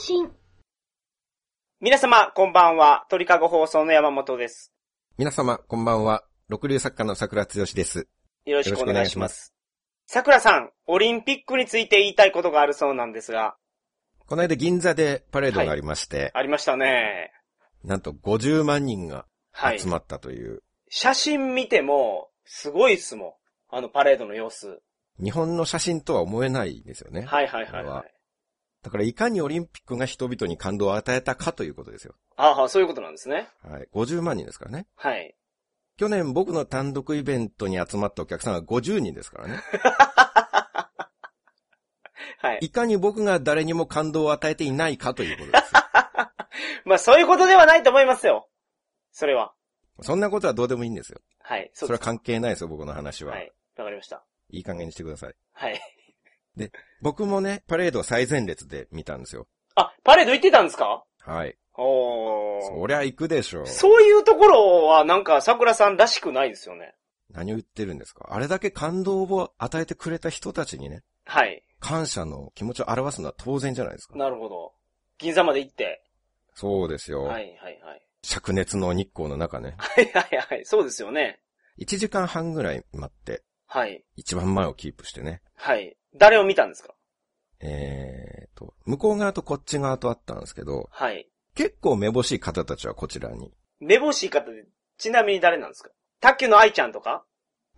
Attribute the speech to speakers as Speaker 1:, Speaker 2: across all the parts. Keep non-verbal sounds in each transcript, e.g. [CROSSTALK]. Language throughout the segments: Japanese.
Speaker 1: 信。
Speaker 2: 皆様、こんばんは。鳥かご放送の山本です。
Speaker 3: 皆様、こんばんは。六流作家の桜剛です。
Speaker 2: よろしくお願いしま。
Speaker 3: よろしくお願いします
Speaker 2: 桜さん、オリンピックについて言いたいことがあるそうなんですが、
Speaker 3: この間銀座でパレードがありまして、
Speaker 2: ありましたね。
Speaker 3: なんと50万人が
Speaker 2: はい
Speaker 3: 集。まったという、
Speaker 2: 写真見ても、すごいっすもん。あのパレードの様子。
Speaker 3: 日本の写真とは思えないですよね。
Speaker 2: はいはいはい
Speaker 3: これ
Speaker 2: は。
Speaker 3: はいだからいかにオリンピックが人々に感動を与えたかということですよ。
Speaker 2: ああ、そういうことなんですね。
Speaker 3: はい。50万人ですからね。
Speaker 2: はい。
Speaker 3: 去年僕の単独イベントに集まったお客さんは50人ですからね。
Speaker 2: はい。
Speaker 3: いかに僕が誰にも感動を与えていないかということです
Speaker 2: [LAUGHS]
Speaker 3: よ。
Speaker 2: まあ、そういうことではないと思いますよ。それは。
Speaker 3: そんなことはどうでもいいんですよ。
Speaker 2: はい。そ
Speaker 3: そうれ
Speaker 2: です。
Speaker 3: は関係ないですよ、僕の話は。、
Speaker 2: はいい。わかりました。
Speaker 3: いい加減にしてください。
Speaker 2: はい。
Speaker 3: 僕もね、パレードを最前列で見たんですよ。
Speaker 2: あ、パレード行ってたんですか
Speaker 3: はい。
Speaker 2: おー。
Speaker 3: そりゃ行くでしょう。
Speaker 2: そういうところはなんか桜さんらしくないですよね。
Speaker 3: 何を言ってるんですかあれだけ感動を与えてくれた人たちにね、
Speaker 2: はい。
Speaker 3: 感謝の気持ちを表すのは当然じゃないですか。
Speaker 2: なるほど。銀座まで行って。
Speaker 3: そうですよ。
Speaker 2: はいはいはい。 [LAUGHS]
Speaker 3: 灼熱の日光の中ね。
Speaker 2: はいはいはい。そうですよね。
Speaker 3: 1時間半ぐらい待って、
Speaker 2: はい。
Speaker 3: 一番前をキープしてね。
Speaker 2: はい。誰を見たんですか
Speaker 3: えーと、向こう側とこっち側とあったんですけど、
Speaker 2: はい。
Speaker 3: 結構めぼしい方たちはこちらに。
Speaker 2: めぼしい方で、ちなみに誰なんですか卓球の愛ちゃんとか、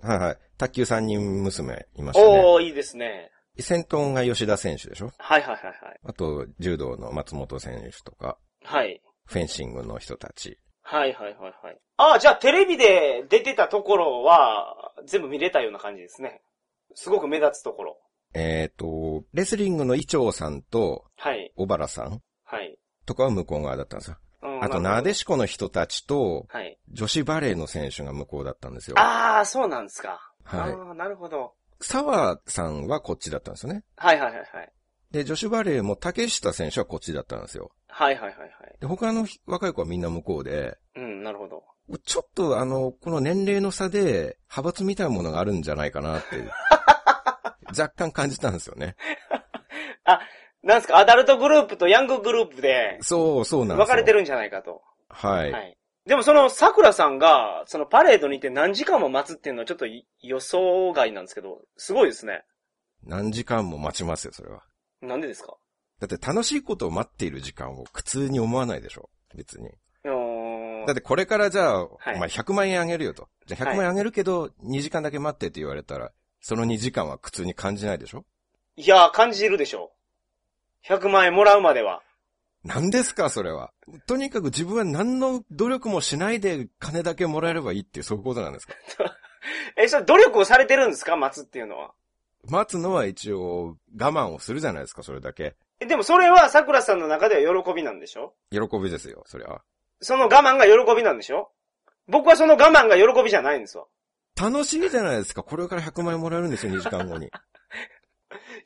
Speaker 3: はいはい。卓球三人娘いましたね。
Speaker 2: おー、いいですね。
Speaker 3: 先頭が吉田選手でしょ
Speaker 2: はいはいはいはい。
Speaker 3: あと、柔道の松本選手とか、
Speaker 2: はい。
Speaker 3: フェンシングの人たち。
Speaker 2: はいはいはいはい。ああ、じゃあテレビで出てたところは、全部見れたような感じですね。すごく目立つところ。
Speaker 3: えっ、と、レスリングの伊調さんと
Speaker 2: はい。
Speaker 3: 小原さん
Speaker 2: はい。
Speaker 3: とかは向こう側だったんですよ。
Speaker 2: うん
Speaker 3: あと、なでしこの人たちと、
Speaker 2: はい。
Speaker 3: 女子バレーの選手が向こうだったんですよ。
Speaker 2: ああ、そうなんですか。
Speaker 3: はい
Speaker 2: ああ、なるほど。
Speaker 3: 沢さんはこっちだったんですよね。
Speaker 2: はいはいはいはい。
Speaker 3: で、女子バレーも竹下選手はこっちだったんですよ。
Speaker 2: はいはいはいはい。
Speaker 3: で、他の若い子はみんな向こうで、
Speaker 2: うん、なるほど。
Speaker 3: ちょっとあの、この年齢の差で、派閥みたいなものがあるんじゃないか
Speaker 2: [LAUGHS]
Speaker 3: なっていう、若干感じたんですよね。
Speaker 2: なんですか、アダルトグループとヤンググループで
Speaker 3: そう、そうなんです
Speaker 2: 分
Speaker 3: よ。
Speaker 2: かれて
Speaker 3: る。
Speaker 2: るんじゃないかと。
Speaker 3: は。
Speaker 2: はいい。でもその桜さんが、そのパレードに行って何時間も待つっていうのはちょっとい予想外なんですけど、すごいですね。
Speaker 3: 何時間も待ちますよ、それは。
Speaker 2: なんでですか
Speaker 3: だって楽しいことを待っている時間を苦痛に思わないでしょ。別に。
Speaker 2: うーん
Speaker 3: だってこれからじゃあ、
Speaker 2: い
Speaker 3: お前100万円あげるよと。じゃあ100万円あげるけど、2時間だけ待ってって言われたら、その2時間は苦痛に感じないでしょ
Speaker 2: いやー、感じるでしょう。100万円もらうまでは。
Speaker 3: 何ですか、それは。とにかく自分は何の努力もしないで金だけもらえればいいっていう、そういうことなんですか。
Speaker 2: え、それ努力をされてるんですか待つっていうのは。
Speaker 3: 待つのは一応、我慢をするじゃないですか、それだけ。
Speaker 2: え、でもそれは桜さんの中では喜びなんでしょ
Speaker 3: 喜びですよ、そりゃ。
Speaker 2: その我慢が喜びなんでしょ僕はその我慢が喜びじゃないんですわ。
Speaker 3: 楽しいじゃないですか、これから100万円もらえるんですよ、2時
Speaker 2: [LAUGHS]
Speaker 3: 間後に。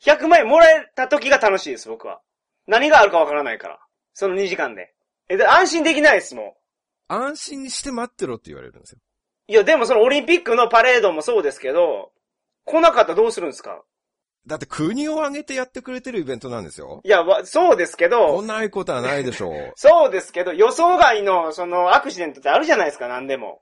Speaker 2: 100万円もらえた時が楽しいです、僕は。何があるかわからないから。その2時間で。え、で、安心できないです、も
Speaker 3: 安心して待ってろって言われるんですよ。
Speaker 2: う。いや、でもそのオリンピックのパレードもそうですけど、来なかったらどうするんですか
Speaker 3: だって国を挙げてやってくれてるイベントなんですよ。
Speaker 2: いや、わそうですけ
Speaker 3: こ
Speaker 2: ど、
Speaker 3: んないことはないでしょ
Speaker 2: [LAUGHS]
Speaker 3: う。
Speaker 2: そうですけど、予想外の、その、アクシデントってあるじゃないですか、何でも。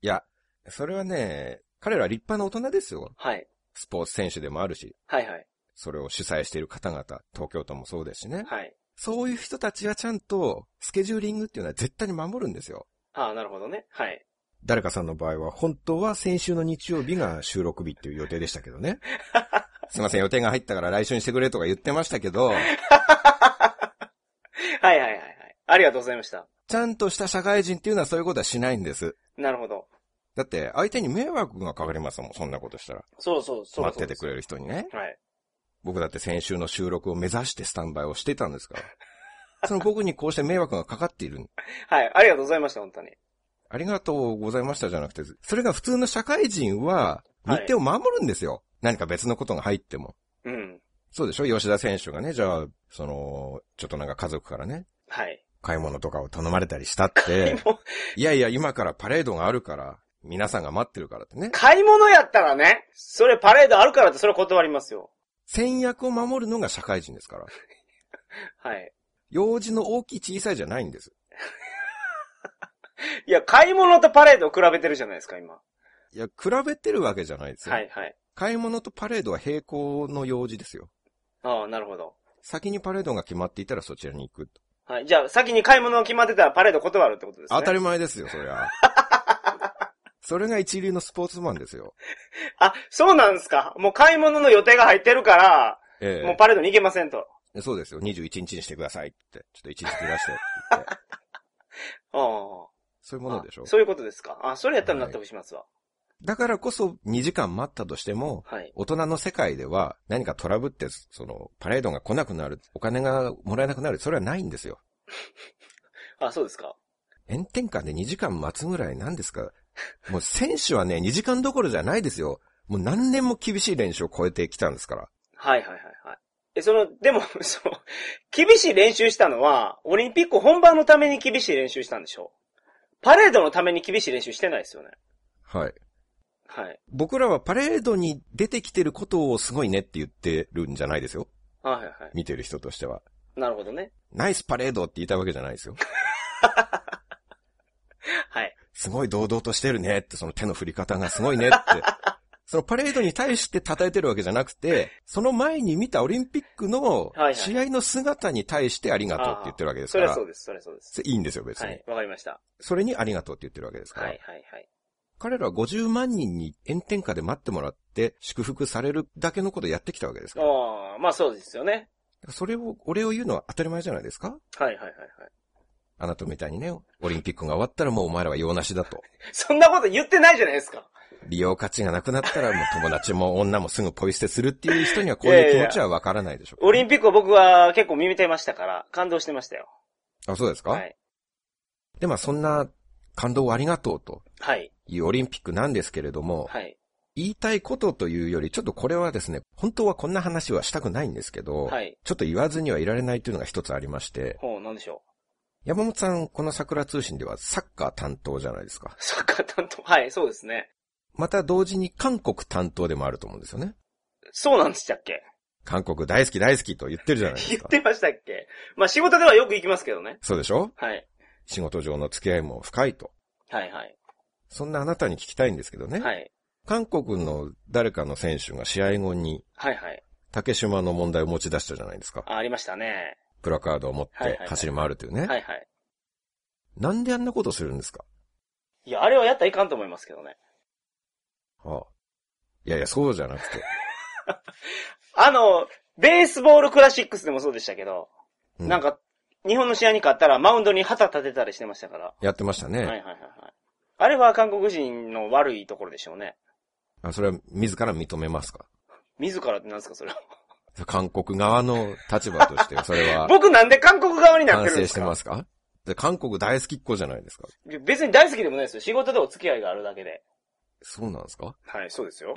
Speaker 3: いや、それはね、彼らは立派な大人ですよ。
Speaker 2: はい。
Speaker 3: スポーツ選手でもあるし、
Speaker 2: はいはい。
Speaker 3: それを主催している方々、東京都もそうですしね。
Speaker 2: はい。
Speaker 3: そういう人たちはちゃんと、スケジューリングっていうのは絶対に守るんですよ。
Speaker 2: ああ、なるほどね。はい。
Speaker 3: 誰かさんの場合は、本当は先週の日曜日が収録日っていう予定でしたけど
Speaker 2: [LAUGHS]
Speaker 3: ね。すいません、予定が入ったから来週にしてくれとか言ってましたけど、
Speaker 2: はいはいはいはい。ありがとうございました。
Speaker 3: ちゃんとした社会人っていうのはそういうことはしないんです。
Speaker 2: なるほど。
Speaker 3: だって、相手に迷惑がかかりますもん、そんなことしたら。
Speaker 2: そうそう、そうそう。
Speaker 3: 待っててくれる人にね。
Speaker 2: はい。
Speaker 3: 僕だって先週の収録を目指してスタンバイをしてたんですから。 [LAUGHS] その僕にこうして迷惑がかかっている。
Speaker 2: はい。ありがとうございました、本当に。
Speaker 3: ありがとうございましたじゃなくて、それが普通の社会人は、
Speaker 2: は
Speaker 3: 日
Speaker 2: い
Speaker 3: 程を守るんですよ。何か別のことが入っても。
Speaker 2: うん。
Speaker 3: そうでしょ吉田選手がね、じゃあ、その、ちょっとなんか家族からね、
Speaker 2: はい。
Speaker 3: 買い物とかを頼まれたりした
Speaker 2: [LAUGHS]
Speaker 3: って、いやいや、今からパレードがあるから、皆さんが待ってるからってね。
Speaker 2: 買い物やったらね、それパレードあるからってそれ断りますよ。
Speaker 3: 戦略を守るのが社会人ですから。
Speaker 2: はい。
Speaker 3: 用事の大きい小さいじゃないんです。
Speaker 2: いや、買い物とパレードを比べてるじゃないですか、今。
Speaker 3: いや、比べてるわけじゃないですよ。
Speaker 2: はいはい。
Speaker 3: 買い物とパレードは並行の用事ですよ。
Speaker 2: ああ、なるほど。
Speaker 3: 先にパレードが決まっていたらそちらに行くと。
Speaker 2: はい。じゃあ、先に買い物を決まってたらパレード断るってことですね。
Speaker 3: 当たり前ですよ、そり
Speaker 2: [LAUGHS]
Speaker 3: ゃ。それが一流のスポーツマンですよ。
Speaker 2: あ、そうなんですか。もう買い物の予定が入ってるから、
Speaker 3: え
Speaker 2: もうパレードに行けませんと。
Speaker 3: えそうですよ。21日にしてくださいって。ちょっと1日ずらしてって
Speaker 2: [LAUGHS]
Speaker 3: 言って。
Speaker 2: あ
Speaker 3: そういう
Speaker 2: あ。
Speaker 3: ものでしょ
Speaker 2: あ。そういうことですか。あ、それやったら納得しますわ。
Speaker 3: だからこそ2時間待ったとしても、
Speaker 2: はい。
Speaker 3: 大人の世界では何かトラブって、その、パレードが来なくなる、お金がもらえなくなる、それはないんですよ。
Speaker 2: あ、そうですか。
Speaker 3: 炎天下で2時間待つぐらいなんですか [LAUGHS] もう選手はね、2時間どころじゃないですよ。もう何年も厳しい練習を超えてきたんですから。
Speaker 2: はいはいはいはい。え、その、でも、 [LAUGHS] そう、厳しい練習したのは、オリンピック本番のために厳しい練習したんでしょパレードのために厳しい練習してないですよね。
Speaker 3: はい。
Speaker 2: はい。
Speaker 3: 僕らはパレードに出てきてることをすごいねって言ってるんじゃないですよ。
Speaker 2: はいはいはい。
Speaker 3: 見てる人としては。
Speaker 2: なるほどね。
Speaker 3: ナイスパレードって言いたいわけじゃないですよ。
Speaker 2: はい。
Speaker 3: すごい堂々としてるねって、その手の振り方がすごい
Speaker 2: [LAUGHS]
Speaker 3: ねって。そのパレードに対して叩いてるわけじゃなくて、その前に見たオリンピックの
Speaker 2: はいはい
Speaker 3: 試合の姿に対してありがとうって言ってるわけです
Speaker 2: そ
Speaker 3: か
Speaker 2: れ
Speaker 3: ら。
Speaker 2: はそうです、それはそうです。
Speaker 3: いいんですよ、別に。
Speaker 2: はい。わかりました。
Speaker 3: それにありがとうって言ってるわけですから。
Speaker 2: はいはいはい。
Speaker 3: 彼らは50万人に炎天下で待ってもらって、祝福されるだけのことをやってきたわけですから。
Speaker 2: ああ、まあそうですよね。
Speaker 3: それを、お礼を言うのは当たり前じゃないですか
Speaker 2: はいはいはいはい。
Speaker 3: あなたみたいにね、オリンピックが終わったらもうお前らは用なし
Speaker 2: [LAUGHS]
Speaker 3: だと。
Speaker 2: そんなこと言ってないじゃないですか。
Speaker 3: 利用価値がなくなったらもう友達も女もすぐポイ捨てするっていう人にはこういう気持ちはわからないでしょうか
Speaker 2: オリンピックを僕は結構耳てましたから、感動してましたよ。
Speaker 3: あ、そうですか、
Speaker 2: はい。
Speaker 3: で、まあそんな感動をありがとうと
Speaker 2: はい。
Speaker 3: いうオリンピックなんですけれども、
Speaker 2: はい。
Speaker 3: 言いたいことというより、ちょっとこれはですね、本当はこんな話はしたくないんですけど、
Speaker 2: はい。
Speaker 3: ちょっと言わずにはいられないというのが一つありまして、
Speaker 2: ほう、なんでしょう。
Speaker 3: 山本さん、この桜通信ではサッカー担当じゃないですか。
Speaker 2: サッカー担当。はい、そうですね。
Speaker 3: また同時に韓国担当でもあると思うんですよね。
Speaker 2: そうなんでしたっけ
Speaker 3: 韓国大好き大好きと言ってるじゃないで
Speaker 2: 言
Speaker 3: す
Speaker 2: っ
Speaker 3: か。
Speaker 2: てましたっけまあ仕事ではよく行きますけどね。
Speaker 3: そうでしょ
Speaker 2: はい。
Speaker 3: 仕事上の付き合いも深いと。
Speaker 2: はいはい。
Speaker 3: そんなあなたに聞きたいんですけどね。
Speaker 2: はい。
Speaker 3: 韓国の誰かの選手が試合後に
Speaker 2: はいはい。
Speaker 3: 竹島の問題を持ち出したじゃないですか。
Speaker 2: あ、ありましたね。
Speaker 3: プラカードを持っ
Speaker 2: はいは
Speaker 3: て
Speaker 2: いはい
Speaker 3: 走り回るというね。
Speaker 2: はいはい。
Speaker 3: なんであんなことするんですか
Speaker 2: いや、あれはやったらいかんと思いますけどね。
Speaker 3: ああいやいや、そうじゃなくて。
Speaker 2: あの、ベースボールクラシックスでもそうでしたけど、
Speaker 3: う
Speaker 2: なんか、日本の試合に勝ったらマウンドに旗立てたりしてましたから。
Speaker 3: やってましたね、
Speaker 2: はいはいはいはい。あれは韓国人の悪いところでしょうね。
Speaker 3: あ。それは自ら認めますか
Speaker 2: 自らってなんですか、それは。
Speaker 3: 韓国側の立場として、それは
Speaker 2: [LAUGHS] 僕なんで韓国側になっ
Speaker 3: 反
Speaker 2: てるん
Speaker 3: 省
Speaker 2: で
Speaker 3: し
Speaker 2: す
Speaker 3: て
Speaker 2: か
Speaker 3: ますかで韓国大好きっ子じゃないですか。
Speaker 2: 別に大好きでもないですよ。仕事でお付き合いがあるだけで。
Speaker 3: そうなんですか
Speaker 2: はい、そうですよ。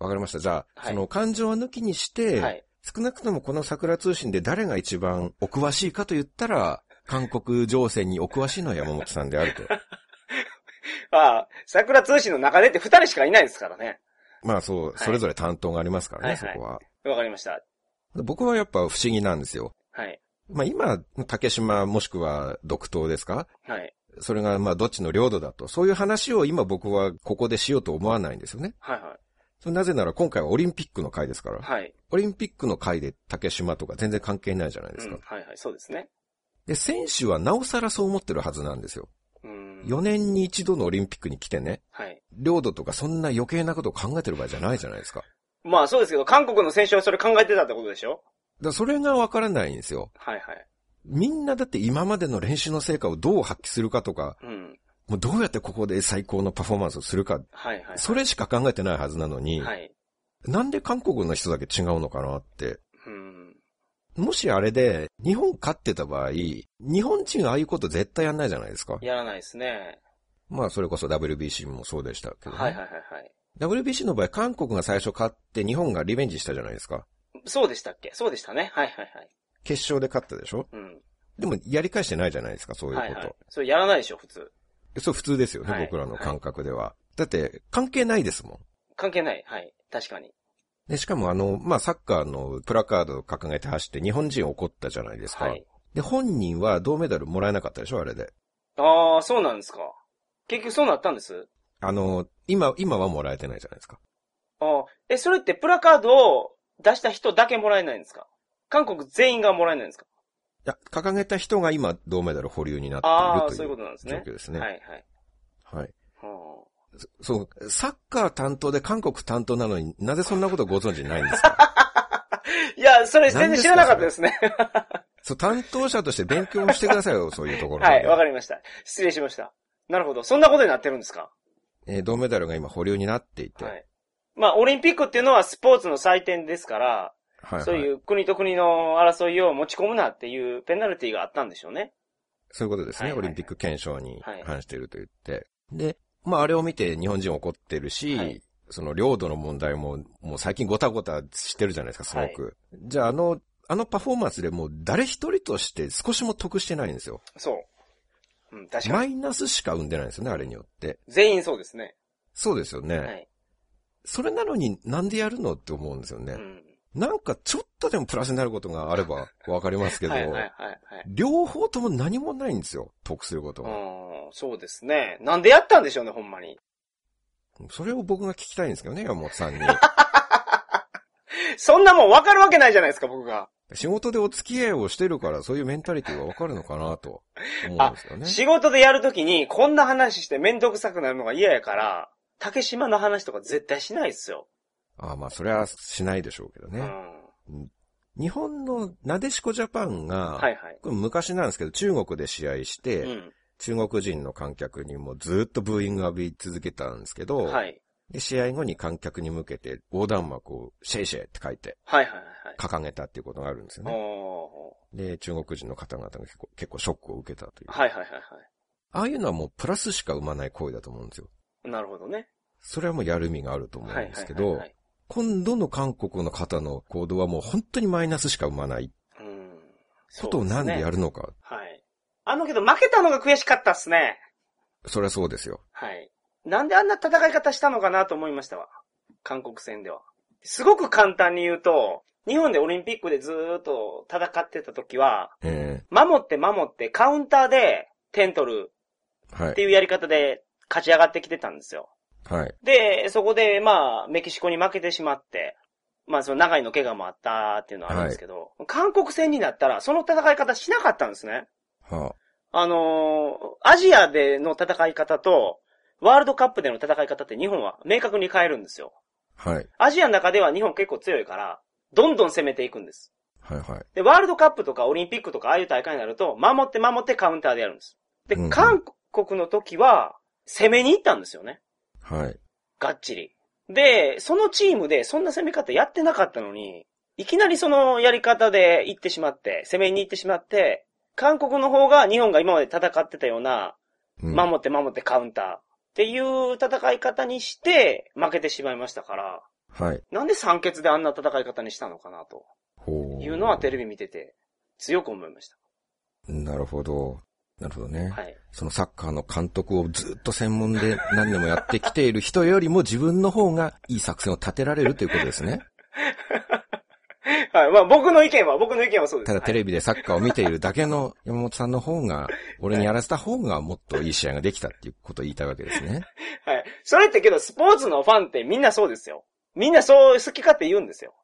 Speaker 3: わかりました。じゃあ、
Speaker 2: はい
Speaker 3: その感情は抜きにして、
Speaker 2: はい。
Speaker 3: 少なくともこの桜通信で誰が一番お詳しいかと言ったら、韓国情勢にお詳しいのは山本さんであ
Speaker 2: [LAUGHS]
Speaker 3: ると。
Speaker 2: ああ、桜通信の中でって二人しかいないですからね。
Speaker 3: まあそう、それぞれ担当がありますからね、
Speaker 2: はい
Speaker 3: そこは。
Speaker 2: わかりました。
Speaker 3: 僕はやっぱ不思議なんですよ。
Speaker 2: はい。
Speaker 3: まあ今、竹島もしくは独島ですか
Speaker 2: はい。
Speaker 3: それがまあどっちの領土だと。そういう話を今僕はここでしようと思わないんですよね。
Speaker 2: はいは
Speaker 3: それなぜなら今回はオリンピックの回ですか
Speaker 2: い。
Speaker 3: ら。
Speaker 2: はい。
Speaker 3: オリンピックの回で竹島とか全然関係ないじゃないで
Speaker 2: う
Speaker 3: す
Speaker 2: ん
Speaker 3: か。
Speaker 2: はいはい、そうですね。
Speaker 3: で、選手はなおさらそう思ってるはずなんですよ。
Speaker 2: うん。
Speaker 3: 4年に一度のオリンピックに来てね、
Speaker 2: はい。
Speaker 3: 領土とかそんな余計なことを考えてる場合じゃないじゃないですか。だか
Speaker 2: まあそうですけど、韓国の選手はそれ考えてたってことでしょ
Speaker 3: らそれがわからないんですよ。
Speaker 2: はいはい。
Speaker 3: みんなだって今までの練習の成果をどう発揮するかとか、
Speaker 2: うん。
Speaker 3: もうどうやってここで最高のパフォーマンスをするか、
Speaker 2: はいはい。
Speaker 3: それしか考えてないはずなのに、
Speaker 2: はい。
Speaker 3: なんで韓国の人だけ違うのかなって。
Speaker 2: うん。
Speaker 3: もしあれで、日本勝ってた場合、日本人はああいうこと絶対やんないじゃないですか。
Speaker 2: やらないですね。
Speaker 3: まあ、それこそ WBC もそうでしたけど、ね
Speaker 2: はいはいはいはい。
Speaker 3: WBC の場合、韓国が最初勝って日本がリベンジしたじゃないですか。
Speaker 2: そうでしたっけそうでしたね。はいはいはい。
Speaker 3: 決勝で勝ったでしょ
Speaker 2: うん。
Speaker 3: でも、やり返してないじゃないですか、そういうこ
Speaker 2: は
Speaker 3: と。
Speaker 2: いはい。それやらないでしょ、普通。
Speaker 3: そう普通ですよね、
Speaker 2: はい
Speaker 3: 僕らの感覚では。だって、関係ないですもん。
Speaker 2: 関係ない。はい。確かに。
Speaker 3: で、しかもあの、まあ、サッカーのプラカードを掲げて走って日本人怒ったじゃないですか。
Speaker 2: はい。
Speaker 3: で、本人は銅メダルもらえなかったでしょ、あれで。
Speaker 2: ああ、そうなんですか。結局そうなったんです
Speaker 3: あの、今、今はもらえてないじゃないですか。
Speaker 2: ああ、え、それってプラカードを出した人だけもらえないんですか韓国全員がもらえないんですか
Speaker 3: いや、掲げた人が今、銅メダル保留にな
Speaker 2: あ
Speaker 3: っ
Speaker 2: あ、
Speaker 3: てい
Speaker 2: そういう
Speaker 3: る
Speaker 2: こととなんです
Speaker 3: いう
Speaker 2: ね。
Speaker 3: 状況ですね。
Speaker 2: はいはい。
Speaker 3: はい。
Speaker 2: は
Speaker 3: そう、サッカー担当で韓国担当なのになぜそんなことご存知ないんですか
Speaker 2: [LAUGHS] あいや、それ全然知らなかったですね。
Speaker 3: そう、担当者として勉強してくださいよ、そういうところ。
Speaker 2: はい、わか
Speaker 3: る。
Speaker 2: りました。失礼しました。なるほど。そんなことになってるんですか
Speaker 3: えー銅メダルが今保留になっていて。
Speaker 2: はい。まあ、オリンピックっていうのはスポーツの祭典ですから、
Speaker 3: はい、はい。
Speaker 2: そういう国と国の争いを持ち込むなっていうペナルティがあったんでしょうね。
Speaker 3: そういうことです
Speaker 2: は
Speaker 3: ね。
Speaker 2: いはいはい
Speaker 3: オリンピック憲章に
Speaker 2: はい
Speaker 3: 反していると言って。で、まああれを見て日本人怒ってるし、
Speaker 2: はい
Speaker 3: その領土の問題も、もう最近ごたごたしてるじゃないですか、すごく。じゃああの、あのパフォーマンスでもう誰一人として少しも得してないんですよ。
Speaker 2: そう。うん、確か
Speaker 3: マ
Speaker 2: に。
Speaker 3: イナスしか生んでないんですよね、あれによって。
Speaker 2: 全員そうですね。
Speaker 3: そうですよね。
Speaker 2: はい。
Speaker 3: それなのになんでやるのって思うんですよね。
Speaker 2: うん。
Speaker 3: なんかちょっとでもプラスになることがあればわかりますけど、
Speaker 2: はいはいはいはい。
Speaker 3: 両方とも何もないんですよ、得することが。
Speaker 2: うん、そうですね。なんでやったんでしょうね、ほんまに。
Speaker 3: それを僕が聞きたいんですけどね、山本さんに。
Speaker 2: そんなもんわかるわけないじゃないですか、僕が。
Speaker 3: 仕事でお付き合いをしてるから、そういうメンタリティーがわかるのかなと思うんですよね。
Speaker 2: 仕事でやるときに、こんな話してめんどくさくなるのが嫌やから、竹島の話とか絶対しないですよ。
Speaker 3: ああまあ、それはしないでしょうけど
Speaker 2: うん。
Speaker 3: ね。
Speaker 2: は
Speaker 3: 日本のなでしこジャパンが、
Speaker 2: いはい。
Speaker 3: これ昔なんですけど、中国で試合し
Speaker 2: う
Speaker 3: て、
Speaker 2: ん。
Speaker 3: 中国人の観客にもずっとブーイング浴び続けたんですけど、
Speaker 2: はい。
Speaker 3: で、試合後に観客に向けて横断幕をシェイシェイって書いて
Speaker 2: はいはいはいはい。
Speaker 3: 掲げたっていうことがあるんですよね。
Speaker 2: お
Speaker 3: で、中国人の方々が結構結構ショックを受けたという。
Speaker 2: ーはいはいはいは
Speaker 3: ああいうのはもうプラスしか生まない行為だと思うんですよ。
Speaker 2: い。なるほどね。
Speaker 3: それはもうやる意味があると思
Speaker 2: は
Speaker 3: う
Speaker 2: いはい
Speaker 3: ん
Speaker 2: は
Speaker 3: で
Speaker 2: い
Speaker 3: すけ
Speaker 2: は
Speaker 3: ど、
Speaker 2: い。
Speaker 3: 今度の韓国の方の行動はもう本当にマイナスしか生まない
Speaker 2: うん。
Speaker 3: ことをなんでや
Speaker 2: る
Speaker 3: るのか。
Speaker 2: はい。あのけど負けたのが悔しかったっすね。
Speaker 3: そりゃそうですよ。
Speaker 2: はい。なんであんな戦い方したのかなと思いましたわ。韓国戦では。すごく簡単に言うと、日本でオリンピックでずーっと戦ってた時は、
Speaker 3: え
Speaker 2: 守って守ってカウンターで点取る
Speaker 3: えは
Speaker 2: って
Speaker 3: い。
Speaker 2: いうやり方で勝ち上がってきてたんですよ。
Speaker 3: はい。
Speaker 2: で、そこでまあ、メキシコに負けてしまって、まあその長井の怪我もあったっていうのはあるんですけど、韓国戦になったらその戦い方しなかったんですね。
Speaker 3: は
Speaker 2: あのーアジアでの戦い方と、ワールドカップでの戦い方って日本は明確に変えるんですよ。
Speaker 3: あ、はい。
Speaker 2: アジアの中では日本結構強いから、どんどん攻めていくんです。
Speaker 3: はいはい。
Speaker 2: で、ワールドカップとかオリンピックとかああいう大会になると、守って守ってカウンターでやるんです。で
Speaker 3: うんう、ん
Speaker 2: 韓国の時は、攻めに行ったんですよね。
Speaker 3: はい。
Speaker 2: がっちり。で、そのチームでそんな攻め方やってなかったのに、いきなりそのやり方で行ってしまって、攻めに行ってしまって、韓国の方が日本が今まで戦ってたような、
Speaker 3: うん
Speaker 2: 守って守ってカウンターっていう戦い方にして負けてしまいましたから、
Speaker 3: はい。
Speaker 2: なんで三欠であんな戦い方にしたのかなと
Speaker 3: ほ
Speaker 2: いうのはテレ
Speaker 3: ビ。
Speaker 2: ビ見てて強く思いまし
Speaker 3: なるほど。なるほどね。
Speaker 2: た。はい。
Speaker 3: そのサッカーの監督をずっと専門で [LAUGHS] 何年もやってきている人よりも自分の方がいい作戦を立てられるということで
Speaker 2: [LAUGHS]
Speaker 3: すね。
Speaker 2: はい。まあ僕の意見は、僕の意見はそうです。
Speaker 3: ただテ
Speaker 2: レ
Speaker 3: レビでサッカーを見ているだけの山本さんの方が、俺にやらせた方がもっといい試合ができたっていうことを言いたいわけですね。
Speaker 2: はい。はい。それってけどスポーツのファンってみんなそうですよ。みんなそう好き勝手言うんですよ。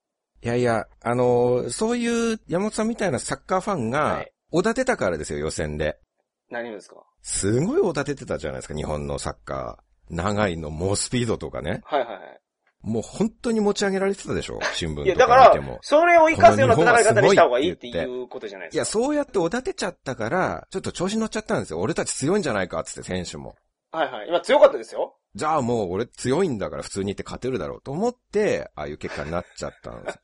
Speaker 3: いやいや、あのーそういう山本さんみたいなサッカーファン
Speaker 2: は
Speaker 3: が
Speaker 2: い、
Speaker 3: おだてたからですよ、予選で。
Speaker 2: 何ですか
Speaker 3: すごいおだててたじゃないですか、日本のサッカー。長いの猛スピードとかね。
Speaker 2: はいはいは
Speaker 3: もう本当に持ち上げられてたでしょ、新聞
Speaker 2: い。いや、
Speaker 3: と
Speaker 2: だか
Speaker 3: か見て
Speaker 2: ら
Speaker 3: も、。
Speaker 2: それを活かすような
Speaker 3: この日本は
Speaker 2: 戦い方にした方がいいって
Speaker 3: すごいって
Speaker 2: いうことじゃない
Speaker 3: い
Speaker 2: で
Speaker 3: や、
Speaker 2: す
Speaker 3: そうやっておだてちゃったから、ちょっと調子乗っちゃったんですよ。俺たち強いんじゃないか、つって選手も。
Speaker 2: か。はいはい。今強かったですよ。
Speaker 3: じゃあもう俺強いんだから普通に言って勝てるだろうと思って、ああいう結果になっちゃった
Speaker 2: [LAUGHS]
Speaker 3: んです。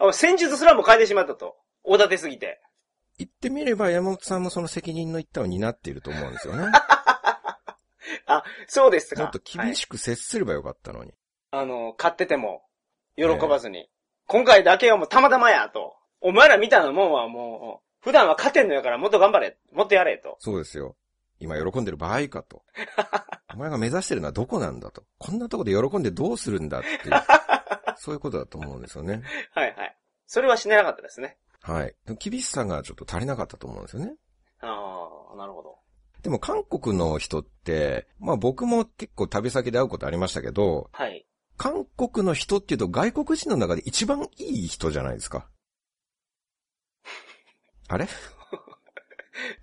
Speaker 2: あ戦術すらも変えてしまったと。おだてすぎて。
Speaker 3: 言ってみれば山本さんもその責任の一端を担っていると思うんですよね。
Speaker 2: あ、そうですか。
Speaker 3: もっと厳
Speaker 2: はい
Speaker 3: しく接すればよかったのに。
Speaker 2: あの、買ってても、喜ばずに。今回だけはもうたまたまや、と。お前らみたいなもんはもう、普段は勝てんのやからもっと頑張れ、もっとやれ、と。
Speaker 3: そうですよ。今喜んでる場合
Speaker 2: [LAUGHS]
Speaker 3: かと。お前が目指してるのはどこなんだと。こんなとこで喜んでどうするんだっていう。そういうことだと思うんですよね。
Speaker 2: はいはい。それはしなかったですね。
Speaker 3: はい。厳しさがちょっと足りなかったと思うんですよね。
Speaker 2: ああ、なるほど。
Speaker 3: でも韓国の人って、まあ僕も結構旅先で会うことありましたけど、
Speaker 2: はい。
Speaker 3: 韓国の人っていうと外国人の中で一番いい人じゃないですか。あれ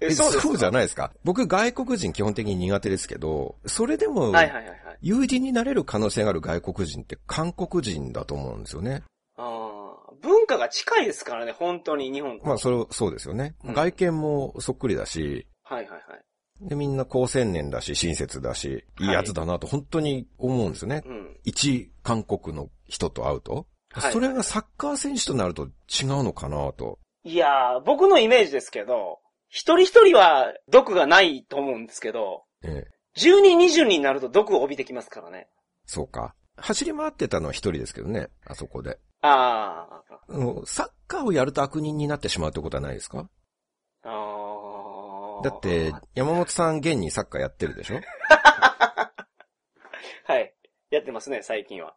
Speaker 2: え、そうですか
Speaker 3: そうじゃないですか。僕外国人基本的に苦手ですけど、それでも、
Speaker 2: はいはいはいはい。
Speaker 3: 友人になれる可能性がある外国人って韓国人だと思うんですよね。
Speaker 2: ああ、文化が近いですからね、本当に日本と。
Speaker 3: まあそれ、そうですよね。
Speaker 2: うん
Speaker 3: 外見もそっくりだし、
Speaker 2: はいはいはい。
Speaker 3: でみんな高青年だし、親切だし、いいやつだなと本当に思うんですよね。
Speaker 2: うん。
Speaker 3: 一韓国の人と会うと、
Speaker 2: はい
Speaker 3: それがサッカー選手となると違うのかなと。
Speaker 2: いやー、僕のイメージですけど、一人一人は毒がないと思うんですけど、
Speaker 3: ええ、
Speaker 2: 10人20人になると毒を帯びてきますからね。
Speaker 3: そうか。走り回ってたのは一人ですけどね、あそこで。
Speaker 2: ああ、
Speaker 3: あのサッカーをやると悪人になってしまうってことはないですか
Speaker 2: ああ。
Speaker 3: だって、山本さん現にサッカーやってるでしょ
Speaker 2: はい。やってますね、最近は。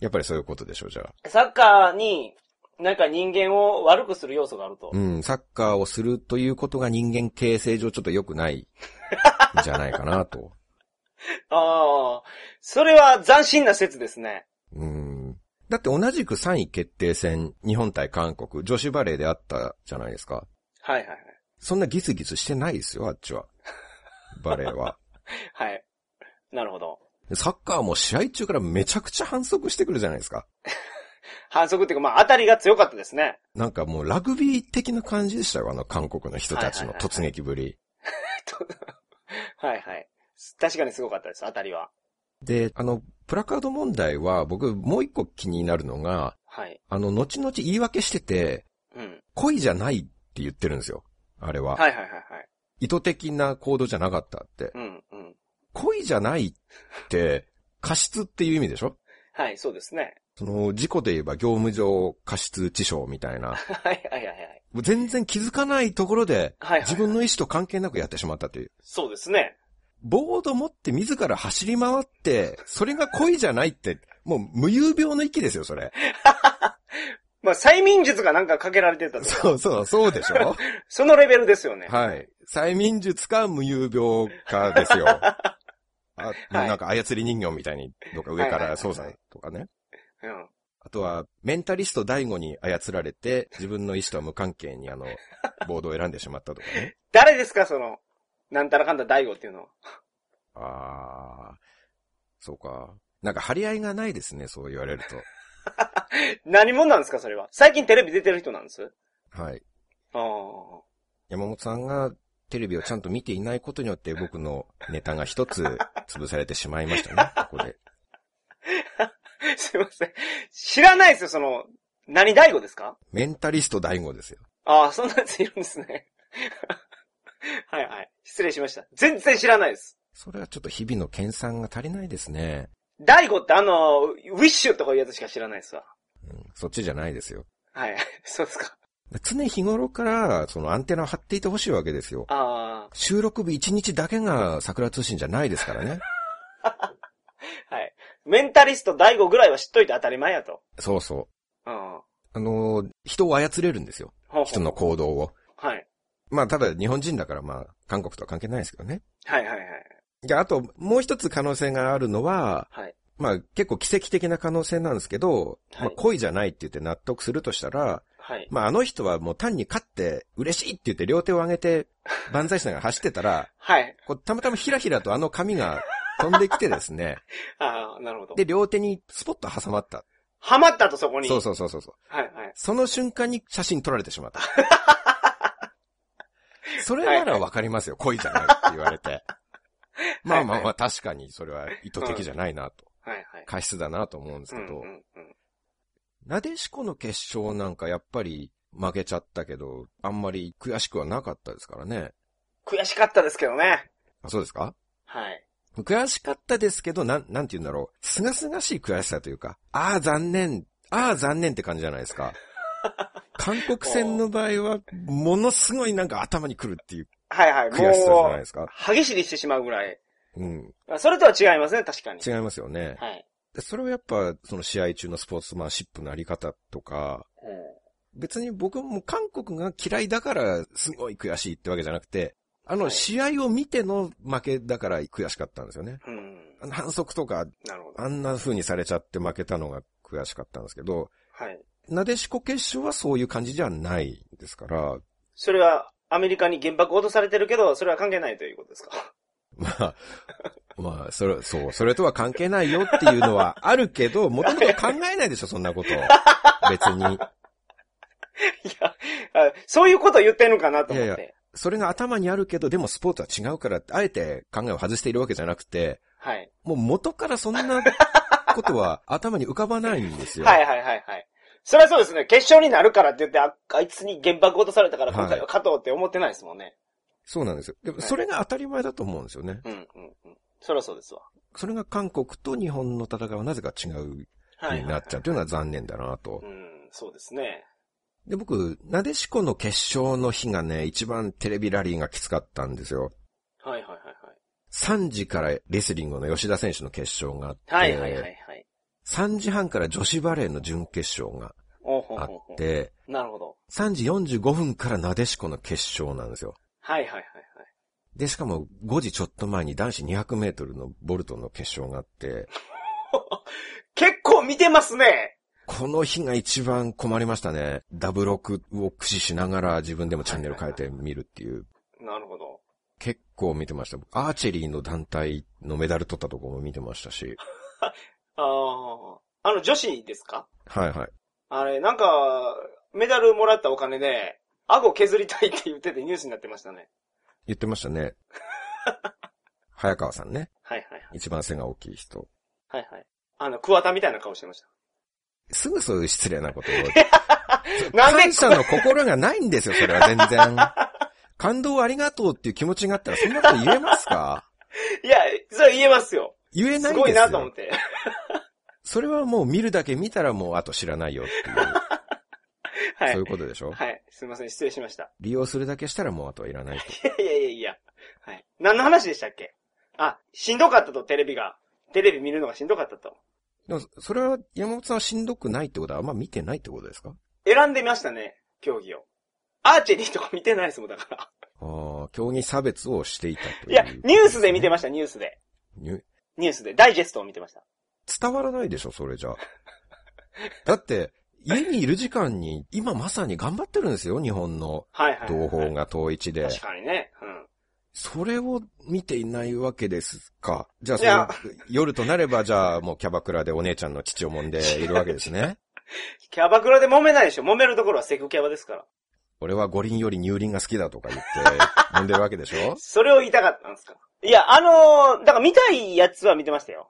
Speaker 3: やっぱりそういうことでしょう、じゃあ。
Speaker 2: サッカーに、なんか人間を悪くする要素があると。
Speaker 3: うん、サッカーをするということが人間形成上ちょっと良くないんじゃないかなと。
Speaker 2: ああ、それは斬新な説ですね。
Speaker 3: うん。だって同じく3位決定戦、日本対韓国、女子バレーであったじゃないですか。
Speaker 2: はいはいはい。
Speaker 3: そんなギスギスしてないですよ、あっちは。バレーは。
Speaker 2: はい。なるほど。
Speaker 3: サッカーも試合中からめちゃくちゃ反則してくるじゃないですか。
Speaker 2: 反則っていうか、まあ、当たりが強かったですね。 [LAUGHS]
Speaker 3: なんかもうラグビー的な感じでしたよ、あの韓国の人たちの
Speaker 2: はいはいはい
Speaker 3: 突撃ぶり。
Speaker 2: はいはい。確かにすごかったです、当たりは。
Speaker 3: で、あの、プラカード問題は僕もう一個気になるのが、
Speaker 2: はい。
Speaker 3: あの、後々言い訳してて、
Speaker 2: うん。
Speaker 3: 恋じゃないって言ってるんですよ。あれは。
Speaker 2: はいはいはいはい。
Speaker 3: 意図的な行動じゃなかったって。
Speaker 2: うんうん。
Speaker 3: 恋じゃないって、過失っていう意味でしょ
Speaker 2: はい、そうですね。
Speaker 3: その、事故で言えば業務上過失致傷みたいな。
Speaker 2: はいはいはいはい。
Speaker 3: もう全然気づかないところで、
Speaker 2: はいはい。
Speaker 3: 自分の意思と関係なくやってしまったという。
Speaker 2: そうですね。
Speaker 3: ボード持って自ら走り回って、それが恋じゃないって、もう無遊病の域ですよ、それ。
Speaker 2: まあ、催眠術がなんかかけられてたとか
Speaker 3: そうそう、そうでしょ
Speaker 2: そのレベルですよね。
Speaker 3: はい。催眠術か無遊病かですよ。あもうなんか操り人形みたいに、どっか上から操作とかね。
Speaker 2: うん。
Speaker 3: あとは、メンタリスト大悟に操られて、自分の意思とは無関係にあの、ボードを選んでしまったとかね。
Speaker 2: 誰ですか、その、なんたらかんだ大悟っていうのは。
Speaker 3: ああ、そうか。なんか張り合いがないですね、そう言われる
Speaker 2: 何者なんですか、それは。最近テレビ出てる人なんです
Speaker 3: と。はい。
Speaker 2: ああ。
Speaker 3: 山本さんがテレビをちゃんと見ていないことによって僕のネタが一つ潰されてしまいましたね、ここで。
Speaker 2: [LAUGHS] すいません。知らないですよ、その、何大悟ですか
Speaker 3: メンタリスト大悟ですよ。
Speaker 2: ああ、そんなやついるんですね。 [LAUGHS] はいはい。失礼しました。全然知らないです。
Speaker 3: それはちょっと日々の研鑽が足りないですね。
Speaker 2: 大悟ってあの、ウィッシュとかいうやつしか知らないですわ。
Speaker 3: うん、そっちじゃないですよ。
Speaker 2: はい。 [LAUGHS] そうですか。
Speaker 3: 常日頃から、そのアンテナを張っていてほしいわけですよ。
Speaker 2: あ
Speaker 3: 収録日1日だけが桜通信じゃないですからね。
Speaker 2: あ。はい。メンタリスト大悟ぐらいは知っといて当たり前やと。
Speaker 3: そうそう。
Speaker 2: うん。ほ
Speaker 3: あのー、人を操れるんですよ。
Speaker 2: うほう
Speaker 3: 人の行動を。
Speaker 2: はい。
Speaker 3: まあ、ただ日本人だからまあ、韓国とは関係ないですけどね。
Speaker 2: はいはいはい。
Speaker 3: じゃあ、あと、もう一つ可能性があるのは、
Speaker 2: はい。
Speaker 3: まあ、結構奇跡的な可能性なんですけど、
Speaker 2: はい
Speaker 3: まあ、恋じゃないって言って納得するとしたら、
Speaker 2: はい。
Speaker 3: まあ、あの人はもう単に勝って嬉しいって言って両手を上げて、万歳しながら走ってたら、
Speaker 2: はい。
Speaker 3: こうたまたまひらひらとあの紙が飛んできてですね、
Speaker 2: ああ、なるほど。
Speaker 3: で、両手にスポッと挟まった。
Speaker 2: ハマったとそこに。
Speaker 3: そうそうそうそうそう。
Speaker 2: はいはい。
Speaker 3: その瞬間に写真撮られてし
Speaker 2: [LAUGHS]
Speaker 3: まった。それならわかりますよ。恋じゃないって言われて。まあまあまあ確かにそれは意図的じゃないなと。
Speaker 2: はいはい。
Speaker 3: 過失だなと思うんです
Speaker 2: う
Speaker 3: け
Speaker 2: んう
Speaker 3: ど。
Speaker 2: んうん。
Speaker 3: なでしこの決勝なんかやっぱり負けちゃったけど、あんまり悔しくはなかったですからね。
Speaker 2: 悔しかったですけどね。
Speaker 3: あそうですか
Speaker 2: はい。
Speaker 3: 悔しかったですけど、なん、なんて言うんだろう。すがすがしい悔しさというか、ああ残念、ああ残念って感じじゃないで
Speaker 2: [LAUGHS]
Speaker 3: すか。韓国戦の場合は、ものすごいなんか頭にくるっていう
Speaker 2: はいはい。
Speaker 3: 悔しさじゃない
Speaker 2: も
Speaker 3: ですか。
Speaker 2: う、歯ぎしりしてしまうぐらい。
Speaker 3: うん。
Speaker 2: あそれとは違いますね、確かに。
Speaker 3: 違いますよね。
Speaker 2: はい。
Speaker 3: それはやっぱ、その試合中のスポーツマンシップのあり方とか、
Speaker 2: うん
Speaker 3: 別に僕も韓国が嫌いだからすごい悔しいってわけじゃなくて、あ
Speaker 2: は
Speaker 3: の
Speaker 2: い
Speaker 3: 試合を見ての負けだから悔しかったんですよね。
Speaker 2: うん。
Speaker 3: あの反則とか
Speaker 2: なるほど。
Speaker 3: あんな風にされちゃって負けたのが悔しかったんですけど、
Speaker 2: はい。
Speaker 3: なでしこ決勝はそういう感じじゃないですから、
Speaker 2: それは、アメリカに原爆落とされてるけど、それは関係ないということですか [LAUGHS]
Speaker 3: まあ、まあ、それ、そう、それとは関係ないよっていうのはあるけ [LAUGHS] ど、もともと考えないでしょ、そんなこと。別に。
Speaker 2: いやあ、そういうことを言ってんのかなと思って。
Speaker 3: いやいそれが頭にあるけど、でもスポーツは違うからって、あえて考えを外しているわけじゃなくて、
Speaker 2: はい。
Speaker 3: もう元からそんなことは頭に浮かばないんですよ。
Speaker 2: はいはいはいはい。それはそうですね。決勝になるからって言って、ああいつに原爆落とされたから今回は勝とうって思ってないですもんね。
Speaker 3: そうなんですよ。でもそれが当たり前だと思うんですよね。
Speaker 2: うんうんうん。そりゃそうですわ。
Speaker 3: それが韓国と日本の戦いはなぜか違う
Speaker 2: はい、はい。
Speaker 3: になっちゃうというのは残念だなと
Speaker 2: う。。ん、そうですね。
Speaker 3: で、僕、なでしこの決勝の日がね、一番テレビラリーがきつかったんですよ。
Speaker 2: はいはいはい
Speaker 3: 3時からレスリングの吉田選手の決勝があって、
Speaker 2: はい。はいはいはいはい。
Speaker 3: 3時半から女子バレーの準決勝が
Speaker 2: おうほう
Speaker 3: あ
Speaker 2: ほうほう。
Speaker 3: って、
Speaker 2: なるほど。
Speaker 3: 3時45分からなでしこの決勝なんですよ。
Speaker 2: はいはいはいはい。
Speaker 3: で、しかも5時ちょっと前に男子200メートルのボルトの決勝があって、
Speaker 2: [LAUGHS] 結構見てますね
Speaker 3: この日が一番困りましたね。ダブロクを駆使しながら自分でもチャンネル変えてみるっていう。
Speaker 2: なるほど。
Speaker 3: 結構見てました。僕アーチェリーの団体のメダル取ったとこも見てました
Speaker 2: [LAUGHS]
Speaker 3: し。
Speaker 2: ああ。あの女子ですか
Speaker 3: はいはい。
Speaker 2: あれ、なんか、メダルもらったお金で、顎削りたいって言っててニュースになってましたね。
Speaker 3: 言ってましたね。 [LAUGHS] 早川さんね。
Speaker 2: はいはい
Speaker 3: 一番背が大きい人。
Speaker 2: はい。はいはい。あの、桑田みたいな顔してました。
Speaker 3: すぐそういう失礼
Speaker 2: [LAUGHS]
Speaker 3: なことを。
Speaker 2: なん [LAUGHS] で
Speaker 3: 感謝の心がないんですよ、それは全
Speaker 2: [LAUGHS]
Speaker 3: 然。感動をありがとうっていう気持ちがあったらそんなこと言えますか
Speaker 2: いや、それ言えますよ。
Speaker 3: 言えな
Speaker 2: す
Speaker 3: いん
Speaker 2: ごい
Speaker 3: ですよ。
Speaker 2: なと思って。
Speaker 3: それはもう見るだけ見たらもうあと知らないよってい
Speaker 2: [LAUGHS]
Speaker 3: う、
Speaker 2: は
Speaker 3: そうい。
Speaker 2: いう
Speaker 3: ことでしょ
Speaker 2: はい。すいません、失礼しました。
Speaker 3: 利用するだけしたらもうあとはいらないと。
Speaker 2: いやいやいや。 [LAUGHS] はい。何の話でしたっけあ、しんどかったと、テレビが。テレビ見るのがしんどかったと。
Speaker 3: でも、それは山本さんはしんどくないってことはあんま見てないってことですか
Speaker 2: 選んでみましたね、競技を。アーチェリーとか見てないですもん、だから。 [LAUGHS]
Speaker 3: ああ、競技差別をしていたという。
Speaker 2: いや、ニュースで見て
Speaker 3: ま
Speaker 2: ました、ニュースで。
Speaker 3: す。
Speaker 2: ニュースで。ダイジェストを見てました。
Speaker 3: 伝わらないでしょ、それじゃあ。 [LAUGHS] だって、家にいる時間に、今まさに頑張ってるんですよ、日本の
Speaker 2: はいはいはい、
Speaker 3: 同胞が統一で。
Speaker 2: 確かにね。うん。
Speaker 3: それを見ていないわけですか。じゃあ
Speaker 2: いや
Speaker 3: その、夜となれば、じゃあもうキャバクラでお姉ちゃんの父を揉んでいるわけです
Speaker 2: [LAUGHS]
Speaker 3: ね。
Speaker 2: キャバクラで揉めないでしょ。揉めるところはセクキャバですから。
Speaker 3: 俺は五輪より乳輪が好きだとか言って、揉んでるわけでしょ
Speaker 2: それを言いたかったんですか。いや、あのーだから見たいやつは見てましたよ。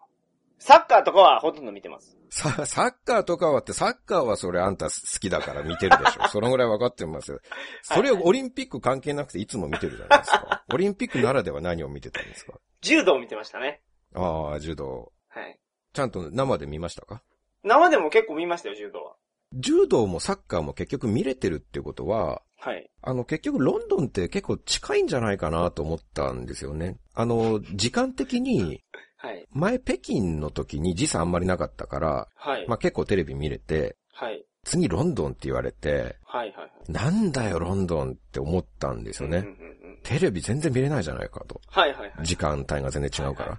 Speaker 2: サッカーとかはほとんど見てます。
Speaker 3: さ、サッカーとかはって、サッカーはそれあんた好きだから見てる
Speaker 2: [LAUGHS]
Speaker 3: でしょ。そのぐらいわかってますよ。それをオリンピック関係なくていつも見てるじゃないですか。 [LAUGHS] オリンピックならでは何を見てたんですか
Speaker 2: 柔道を見てましたね。
Speaker 3: ああ、柔道。
Speaker 2: はい。
Speaker 3: ちゃんと生で見ましたか
Speaker 2: 生でも結構見ましたよ、柔道は。
Speaker 3: 柔道もサッカーも結局見れてるっていうことは、
Speaker 2: はい。
Speaker 3: あの結局ロンドンって結構近いんじゃないかなと思ったんですよね。あの、時間的に、
Speaker 2: はい。
Speaker 3: 前北京の時に時差あんまりなかったから、
Speaker 2: はい。
Speaker 3: まあ結構テレビ見れて、
Speaker 2: はい。
Speaker 3: 次ロンドンって言われて、
Speaker 2: はい。はい。はい。
Speaker 3: なんだよロンドンって思ったんですよ
Speaker 2: うんう
Speaker 3: ね。
Speaker 2: んうん
Speaker 3: テレビ全然見れないじゃないかと。
Speaker 2: はいはいはい。
Speaker 3: 時間帯が全然違うか
Speaker 2: はいは
Speaker 3: ら。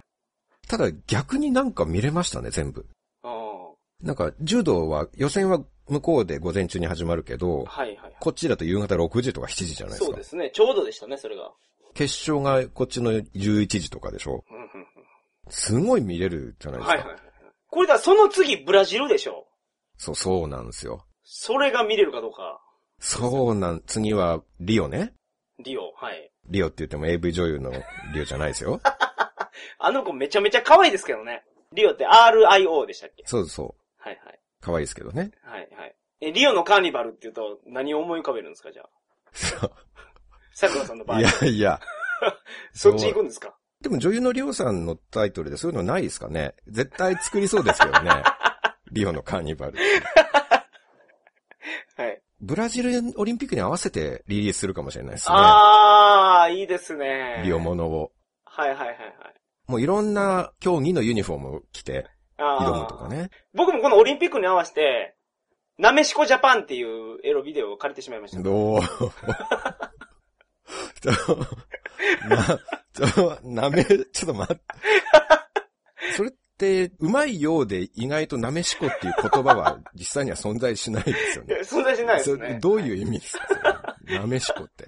Speaker 3: ただ逆になんか見れましたね、全部。
Speaker 2: ああ。
Speaker 3: なんか柔道は予選は向こうで午前中に始まるけど、
Speaker 2: はいはい
Speaker 3: こっちだと夕方6時とか7時じゃな
Speaker 2: はい。
Speaker 3: いです
Speaker 2: そう
Speaker 3: か
Speaker 2: で。すね。ちょうどでしたね、それが。
Speaker 3: 決勝がこっちの11時とかでしょ。
Speaker 2: うんうんうん
Speaker 3: すごい見れるじゃないですか。
Speaker 2: はいはいはい。これだ、その次ブラジルでしょ
Speaker 3: そう、そうなんですよ。
Speaker 2: それが見れるかどうか。
Speaker 3: そうなん、次はリオね。
Speaker 2: リオ、はい。
Speaker 3: リオって言っても AV 女優のリオじゃない
Speaker 2: [LAUGHS]
Speaker 3: ですよ。
Speaker 2: あの子めちゃめちゃ可愛いですけどね。リオって RIO でしたっけ
Speaker 3: そうそう。
Speaker 2: はいはい。
Speaker 3: 可愛いですけどね。
Speaker 2: はいはい。え、リオのカーニバルって言うと何を思い浮かべるんですかじゃあ。
Speaker 3: そう
Speaker 2: 桜さんの場合
Speaker 3: い。やいや。
Speaker 2: そっち行くんですか
Speaker 3: でも女優のリオさんのタイトルでそういうのないですかね絶対作りそうですけ
Speaker 2: [LAUGHS]
Speaker 3: どね。リオのカーニバル。
Speaker 2: はい。
Speaker 3: ブラジルオリンピックに合わせてリリースするかもしれないですね。
Speaker 2: あー、いいですね。
Speaker 3: リオ。ものを。
Speaker 2: はいはいはいはい。
Speaker 3: もういろんな競技のユニフォームを着て
Speaker 2: あー
Speaker 3: 挑むとかね。
Speaker 2: 僕もこのオリンピックに合わせて、なめしこジャパンっていうエロビデオを借りてしまいま [LAUGHS] した。
Speaker 3: どう [LAUGHS] ちょ、な、ちょ、なめ、ちょっと待って。それって、うまいようで意外となめしこっていう言葉は実際には存在しないですよ
Speaker 2: いや
Speaker 3: ね。
Speaker 2: 存在しないです
Speaker 3: それ
Speaker 2: ね。
Speaker 3: どういう意味ですか
Speaker 2: [LAUGHS]
Speaker 3: それなめしこって。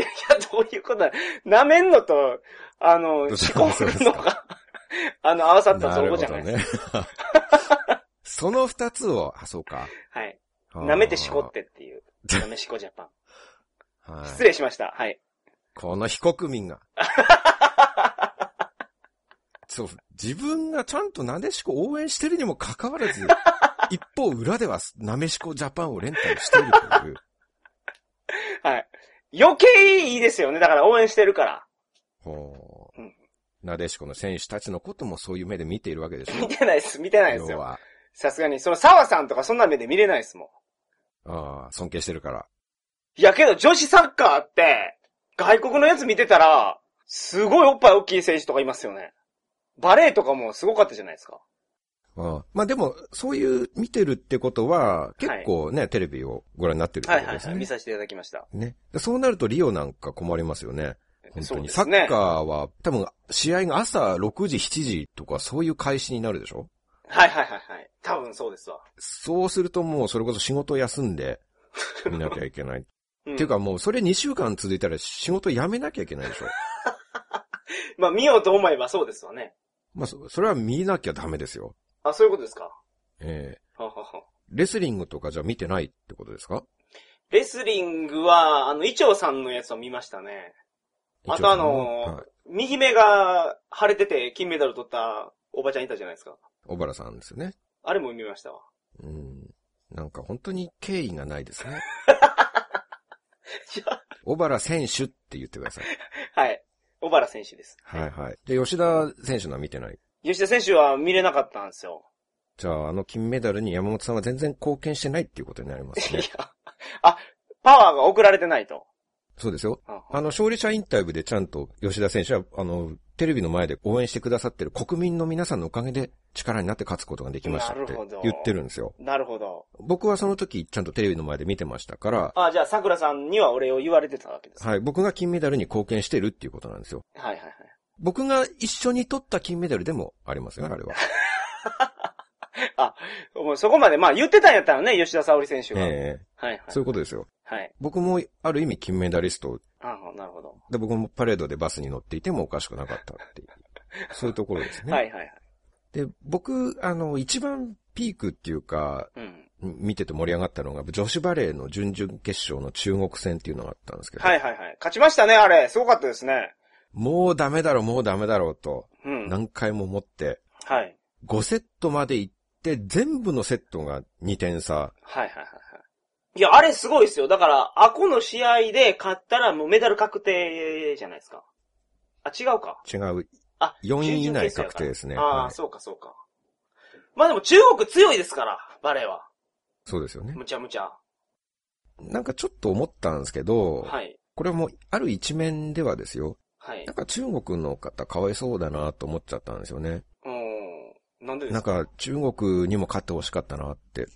Speaker 2: いや、どういうことだ。舐めんのと、あの、仕込
Speaker 3: そうです
Speaker 2: む
Speaker 3: か
Speaker 2: のが、 [LAUGHS] あの、合わさった
Speaker 3: な
Speaker 2: 造
Speaker 3: る
Speaker 2: 語
Speaker 3: ほ
Speaker 2: じゃな
Speaker 3: ど
Speaker 2: いです
Speaker 3: ね。
Speaker 2: [LAUGHS]
Speaker 3: その二つを、あ、そうか。
Speaker 2: か。はい。
Speaker 3: あー
Speaker 2: [LAUGHS] 舐めてしこっ。てっていう。舐めしこジャパン。
Speaker 3: [LAUGHS] はい
Speaker 2: 失礼しました。はい。
Speaker 3: この非国
Speaker 2: [LAUGHS]
Speaker 3: 民が。そう、自分がちゃんとなでしこ応援してるにもかかわ
Speaker 2: [LAUGHS]
Speaker 3: らず、一方裏ではなめしこジャパンを連帯しているという。
Speaker 2: はい。余計いいですよね。だから応援してるから。 [LAUGHS]
Speaker 3: ほう
Speaker 2: うん
Speaker 3: なでしこの選手たちのこともそういう目で見ているわけでし
Speaker 2: 見
Speaker 3: ょ。
Speaker 2: てないです。見てないです
Speaker 3: 要
Speaker 2: よ。
Speaker 3: は、
Speaker 2: さすがに。その沢さんとかそんな目で見れないですもん。
Speaker 3: ああ、尊敬してるから。
Speaker 2: いやけど女子サッカーって、外国のやつ見てたら、すごいおっぱい大きい選手とかいますよね。バレーとかもすごかったじゃないですか。
Speaker 3: うんまあでも、そういう見てるってことは、結構ね、テレビをご覧になってるって
Speaker 2: は
Speaker 3: こ
Speaker 2: い
Speaker 3: と
Speaker 2: はい
Speaker 3: です
Speaker 2: は
Speaker 3: ね。
Speaker 2: い。見させていただきました。
Speaker 3: ね。そうなるとリオなんか困りますよね。本当
Speaker 2: そう
Speaker 3: に。
Speaker 2: で
Speaker 3: サ
Speaker 2: す
Speaker 3: ッ
Speaker 2: ね。
Speaker 3: カーは、多分、試合が朝6時、7時とか、そういう開始になるでしょ
Speaker 2: はいはいはいはい。多分そうですわ。
Speaker 3: そうするともう、それこそ仕事を休んで、見なきゃいけない。っ
Speaker 2: [LAUGHS] うん
Speaker 3: ていうかもう、それ2週間続いたら仕事辞めなきゃいけないでしょ
Speaker 2: まあ見ようと思えばそうですわね。
Speaker 3: まあ、そそれは見なきゃダメですよ。
Speaker 2: あ、そういうことですか。
Speaker 3: ええ
Speaker 2: ははは
Speaker 3: レスリングとかじゃ見てないってことですか
Speaker 2: レスリングは、あの、伊調さんのやつを見ましたね。あとあの
Speaker 3: 一応そはい
Speaker 2: 右目が腫れてて金メダル取ったおばちゃんいたじゃないですか。
Speaker 3: 小原さんですよね。
Speaker 2: あれも見ましたわ。
Speaker 3: うん。なんか本当に敬意がな
Speaker 2: [LAUGHS]
Speaker 3: いですね。
Speaker 2: いや
Speaker 3: 小原選手って言ってください。
Speaker 2: はい。小原選手です。
Speaker 3: はいはい。で、吉田選手のは見てない。
Speaker 2: 吉田選手は見れなかったんですよ。
Speaker 3: じゃあ、あの金メダルに山本さんは全然貢献してないっていうことになりま
Speaker 2: [LAUGHS]
Speaker 3: す
Speaker 2: い [LAUGHS]
Speaker 3: ね。
Speaker 2: や。あ、パワーが送られてないと。
Speaker 3: そうですよ。
Speaker 2: は
Speaker 3: あの、勝利者インタビューでちゃんと吉田選手は、あの、テレビの前で応援してくださってる国民の皆さんのおかげで力になって勝つことができましたっ
Speaker 2: な
Speaker 3: て
Speaker 2: るほど
Speaker 3: 言ってるんですよ。
Speaker 2: なるほど。
Speaker 3: 僕はその時ちゃんとテレビの前で見てましたから、
Speaker 2: あ、じゃあ、桜さんにはお礼を言われてたわけです。
Speaker 3: はい、僕が金メダルに貢献してるっていうことなんですよ。
Speaker 2: はいはいはい。
Speaker 3: 僕が一緒に取った金メダルでもありますよ、あれは。
Speaker 2: もうそこまで、まあ言ってたんやったらね、吉田沙保里選手が。
Speaker 3: ええ
Speaker 2: はいはい。
Speaker 3: そういうことですよ。
Speaker 2: はい。
Speaker 3: 僕もある意味金メダリスト
Speaker 2: あなるほど。
Speaker 3: で、僕もパレードでバスに乗っていてもおかしくなかったっ
Speaker 2: [LAUGHS]
Speaker 3: ていう。そういうところですね。
Speaker 2: はいはいはい。
Speaker 3: で、僕、あの、一番ピークっていうか、
Speaker 2: うん。
Speaker 3: 見てて盛り上がったのが、女子バレーの準々決勝の中国戦っていうのがあったんですけど、
Speaker 2: はいはいはい。勝ちましたね、あれ。すごかったですね。
Speaker 3: もうダメだろ、もうダメだろうと、
Speaker 2: うん。
Speaker 3: 何回も思って、
Speaker 2: はい。
Speaker 3: 5セットまで行って、全部のセットが2点差。
Speaker 2: はいはいはいはい。いや、あれすごいですよ。だから、あこの試合で勝ったらもうメダル確定じゃないですか。あ、違うか。
Speaker 3: 違う。
Speaker 2: あ、
Speaker 3: 4位以
Speaker 2: 準
Speaker 3: 内
Speaker 2: 々決勝やから
Speaker 3: 確定ですね
Speaker 2: ああ、
Speaker 3: はい
Speaker 2: そうかそうか。まあでも中国強いですから、バレーは。
Speaker 3: そうですよね。
Speaker 2: むちゃむちゃ。
Speaker 3: なんかちょっと思ったんですけど、
Speaker 2: はい。
Speaker 3: これはもう、ある一面ではですよ。
Speaker 2: はい
Speaker 3: なん。か中国の方かわいそうだなと思っちゃったんですよね。
Speaker 2: うん。なんでで
Speaker 3: な
Speaker 2: す
Speaker 3: ん
Speaker 2: か
Speaker 3: か中国にも勝ってほしかったなって。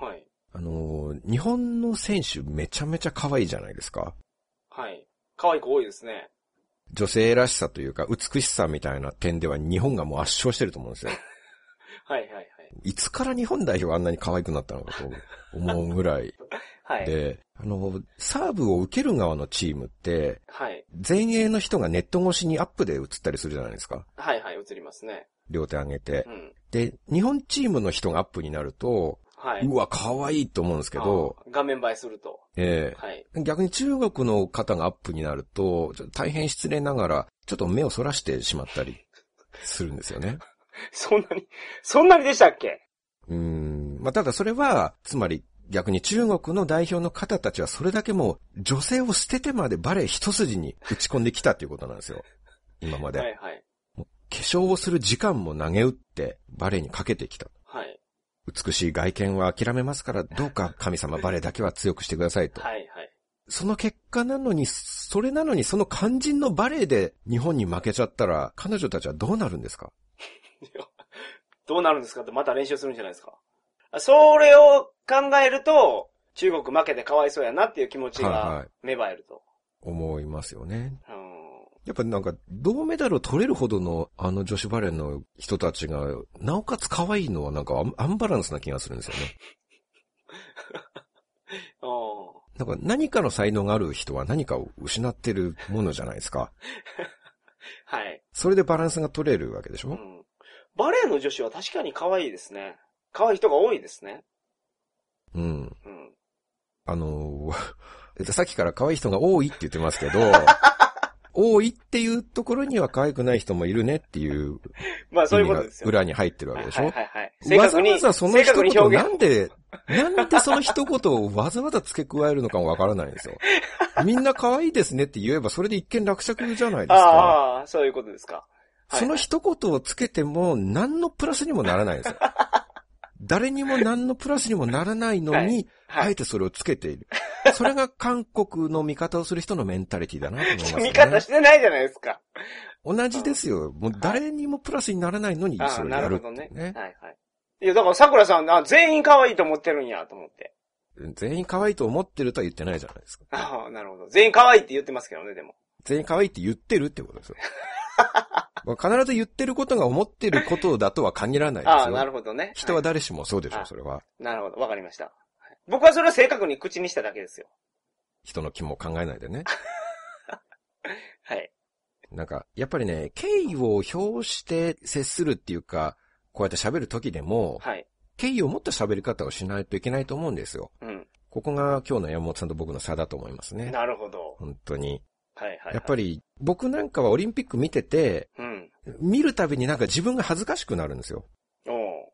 Speaker 2: はい。
Speaker 3: あのー日本の選手めちゃめちゃ可愛いじゃないですか。
Speaker 2: はい。可愛い子多いですね。
Speaker 3: 女性らしさというか美しさみたいな点では日本がもう圧勝してると思うんですよ。
Speaker 2: はいはいはい。
Speaker 3: いつから日本代表はあんなに可愛くなったのかと思うぐらい
Speaker 2: はい。
Speaker 3: で、あのーサーブを受ける側のチームって、
Speaker 2: はい。
Speaker 3: 前衛の人がネット越しにアップで映ったりするじゃないですか。
Speaker 2: はいはい、映りますね。
Speaker 3: 両手上げて
Speaker 2: う。ん。
Speaker 3: で、日本チームの人がアップになると、
Speaker 2: はい。
Speaker 3: うわ、可愛いと思うんですけど、
Speaker 2: あー。画面映えすると。
Speaker 3: え
Speaker 2: はい。
Speaker 3: え逆に中国の方がアップになると、ちょっと大変失礼ながら、ちょっと目をそらしてしまったりするんです
Speaker 2: [LAUGHS]
Speaker 3: よね。
Speaker 2: そんなに、そんなにでしたっけ
Speaker 3: うーん。まあ、ただそれは、つまり逆に中国の代表の方たちはそれだけもう女性を捨ててまでバレエ一筋に打ち込んできたということなんですよ。今まで。
Speaker 2: はいはい。
Speaker 3: 化粧をする時間も投げ打ってバレエにかけてきた。
Speaker 2: はい。
Speaker 3: 美しい外見は諦めますから、どうか神様バレエだけは強くしてくださいと。
Speaker 2: はいはい。
Speaker 3: その結果なのに、それなのにその肝心のバレエで日本に負けちゃったら、彼女たちはどうなるんですか
Speaker 2: どうなるんですかってまた練習するんじゃないですかそれを考えると、中国負けてかわいそうやなっていう気持ち
Speaker 3: はいは
Speaker 2: が
Speaker 3: い
Speaker 2: 芽生えると。
Speaker 3: 思いますよね。
Speaker 2: うん
Speaker 3: やっぱなんか、銅メダルを取れるほどの、あの女子バレーの人たちが、なおかつ可愛いのはなんかアンアンバランスな気がするんですよね。
Speaker 2: うん
Speaker 3: なんか何かの才能がある人は何かを失ってるものじゃないですか。
Speaker 2: はい、
Speaker 3: それでバランスが取れるわけでし
Speaker 2: う
Speaker 3: ょ
Speaker 2: ん。バレエの女子は確かに可愛いですね。可愛い人が多いですね。
Speaker 3: うん。
Speaker 2: うん。
Speaker 3: あのー [LAUGHS] さっきから可愛い人が多いって言ってます
Speaker 2: [LAUGHS]
Speaker 3: けど、多いっていうところには可愛くない人もいるねっていう
Speaker 2: まあ
Speaker 3: 意
Speaker 2: そういう
Speaker 3: 味
Speaker 2: こと
Speaker 3: が
Speaker 2: ですよ。
Speaker 3: 裏に入ってるわけでし
Speaker 2: はい
Speaker 3: ょ
Speaker 2: はいはいはい。正
Speaker 3: わざ
Speaker 2: 確に、
Speaker 3: わざその
Speaker 2: 正
Speaker 3: 一
Speaker 2: 確に
Speaker 3: 言を
Speaker 2: 表
Speaker 3: な
Speaker 2: 現。
Speaker 3: んで、なんでその一言をわざわざ付け加えるのかもわからないんですよ。
Speaker 2: [LAUGHS]
Speaker 3: みんな可愛いですねって言えばそれで一見落着じゃないで
Speaker 2: あ
Speaker 3: すか。
Speaker 2: あああ、そういうことですか。はい
Speaker 3: その一言をつけても何のプラスにもならない
Speaker 2: [LAUGHS]
Speaker 3: んですよ。誰にも何のプラスにもならないの
Speaker 2: は
Speaker 3: に、あ
Speaker 2: は
Speaker 3: え
Speaker 2: い。
Speaker 3: てそれをつけている。それが韓国の味方をする人のメンタリティだなと思います、ね。
Speaker 2: 見方してないじゃないですか。
Speaker 3: 同じですよ。もう誰にもプラスにならないのに
Speaker 2: ああ、
Speaker 3: それを
Speaker 2: な
Speaker 3: や
Speaker 2: る
Speaker 3: る
Speaker 2: ほ
Speaker 3: って
Speaker 2: ど
Speaker 3: いう
Speaker 2: ね。はい
Speaker 3: ね。
Speaker 2: はい。いや、だから桜さん、あ全員可愛いと思ってるんや、と思って。
Speaker 3: 全員可愛いと思ってるとは言ってないじゃないですか。
Speaker 2: ああ、なるほど。全員可愛いって言ってますけどね、でも。
Speaker 3: 全員可愛いって言ってるってこと [LAUGHS] ですよ。まあ必ず言ってることが思ってることだとは限らないで
Speaker 2: あ
Speaker 3: す
Speaker 2: あ、なる
Speaker 3: よ。
Speaker 2: ほどね。
Speaker 3: 人は誰しもそうでしょ
Speaker 2: は
Speaker 3: う、
Speaker 2: い
Speaker 3: それは。
Speaker 2: なるほど、わかりました。僕はそれを正確に口にしただけですよ。
Speaker 3: 人の気も考えないでね。
Speaker 2: はい。
Speaker 3: なんか、やっぱりね、敬意を表して接するっていうか、こうやって喋る時でも、
Speaker 2: はい。
Speaker 3: 敬意を持った喋り方をしないといけないと思うんですよ。
Speaker 2: うん。
Speaker 3: ここが今日の山本さんと僕の差だと思いますね。
Speaker 2: なるほど。
Speaker 3: 本当に。
Speaker 2: はいはい、はい。
Speaker 3: やっぱり、僕なんかはオリンピック見てて、
Speaker 2: うん。
Speaker 3: 見るたびになんか自分が恥ずかしくなるんですよ。
Speaker 2: おお。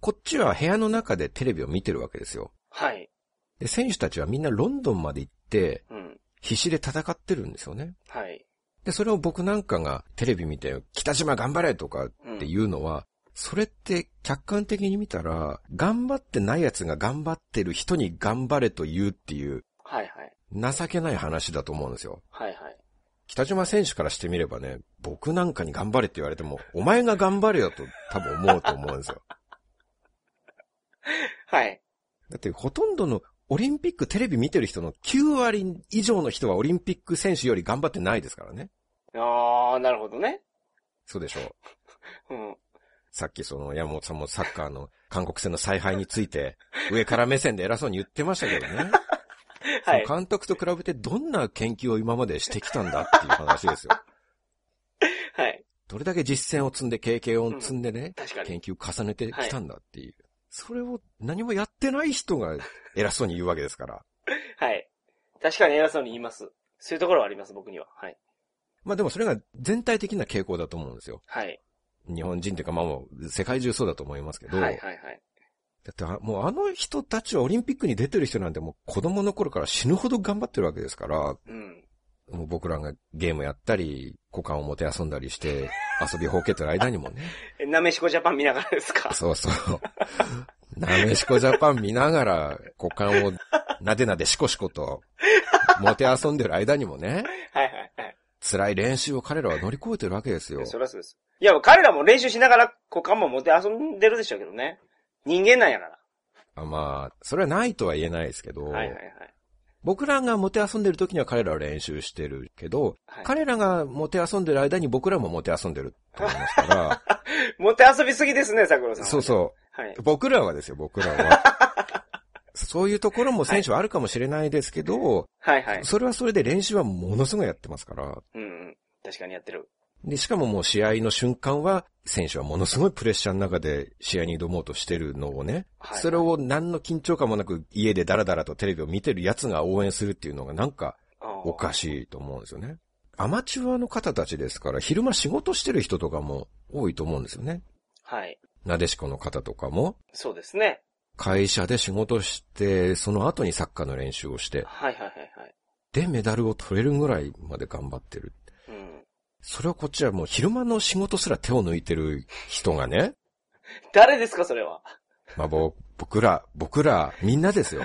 Speaker 3: こっちは部屋の中でテレビを見てるわけですよ。
Speaker 2: はい。
Speaker 3: で、選手たちはみんなロンドンまで行って、
Speaker 2: うん。
Speaker 3: 必死で戦ってるんですよね。
Speaker 2: はい。
Speaker 3: で、それを僕なんかがテレビ見て、北島頑張れとかっ
Speaker 2: うん、
Speaker 3: ていうのは、それって客観的に見たら、頑張ってない奴が頑張ってる人に頑張れと言うっていう、
Speaker 2: はいはい。
Speaker 3: 情けない話だと思うんですよ。
Speaker 2: はいはい。
Speaker 3: 北島選手からしてみればね、僕なんかに頑張れって言われても、お前が頑張れよと多分思うと思うんですよ。 [LAUGHS]
Speaker 2: はい。
Speaker 3: だってほとんどのオリンピックテレビ見てる人の9割以上の人はオリンピック選手より頑張ってないですからね。
Speaker 2: ああ、なるほどね。
Speaker 3: そうでしょう。
Speaker 2: うん。
Speaker 3: さっきその山本さんもサッカーの韓国戦の采配について上から目線で偉そうに言ってましたけどね。
Speaker 2: [LAUGHS] はい
Speaker 3: そ。の監督と比べてどんな研究を今までしてきたんだっていう話ですよ。
Speaker 2: はい。
Speaker 3: どれだけ実践を積んで経験を積んでね、
Speaker 2: 確か
Speaker 3: 研
Speaker 2: に。
Speaker 3: 究を重ねてきたんだっていう。それを何もやってない人が偉そうに言うわけですから。
Speaker 2: はい。確かに偉そうに言います。そういうところはあります、僕には。はい。
Speaker 3: まあでもそれが全体的な傾向だと思うんですよ。
Speaker 2: はい。
Speaker 3: 日本人というか、まあもう、世界中そうだと思いますけど、
Speaker 2: はいはいはい。
Speaker 3: だってあもうあの人たちはオリンピックに出てる人なんてもう子供の頃から死ぬほど頑張ってるわけですから、
Speaker 2: うん。
Speaker 3: もう僕らがゲームやったり、股間をもて遊んだりして、遊びほうけてる間にもね、
Speaker 2: え、なめしこジャパン見ながらですか
Speaker 3: そうそう、なめしこジャパン見ながら、股間をなでなでしこしこと、もて遊んでる間にもね、
Speaker 2: はいはいはい。
Speaker 3: 辛い練習を彼らは乗り越えてるわけですよ。
Speaker 2: そりゃそうです。いや、彼らも練習しながら股間も持って遊んでるでしょうけどね。人間なんやから。
Speaker 3: あまあ、それはないとは言えないですけど、
Speaker 2: はいはいはい。
Speaker 3: 僕らがもて遊んでる時には彼らは練習してるけど、
Speaker 2: はい
Speaker 3: 彼らがもて遊んでる間に僕らももて遊んでると思います
Speaker 2: [LAUGHS]
Speaker 3: か
Speaker 2: 持って遊びすぎですね、桜さんは。。
Speaker 3: ら、そうそう、。
Speaker 2: はいう
Speaker 3: 僕らはですよ、僕らは。そういうところも選手はあるかもしれないですけど、
Speaker 2: はいはい。
Speaker 3: それはそれで練習はものすごいやってますから、
Speaker 2: うんうん。確かにやってる。
Speaker 3: で、しかももう試合の瞬間は、選手はものすごいプレッシャーの中で試合に挑もうとしてるのをね、
Speaker 2: はい
Speaker 3: それを何の緊張感もなく家でダラダラとテレビを見てる奴が応援するっていうのがなんかお
Speaker 2: お
Speaker 3: かしいと思うんですよね。アマチュアの方たちですから、昼間仕事してる人とかも多いと思うんですよね。
Speaker 2: はい。
Speaker 3: なでしこの方とかも、
Speaker 2: そうですね。
Speaker 3: 会社で仕事して、その後にサッカーの練習をして、
Speaker 2: はいはいはいはい。
Speaker 3: で、メダルを取れるぐらいまで頑張ってる。
Speaker 2: うん。
Speaker 3: それはこっちはもう昼間の仕事すら手を抜いてる人がね、
Speaker 2: 誰ですか、それは。
Speaker 3: まあ、ぼ僕ら、僕ら、みんなですよ。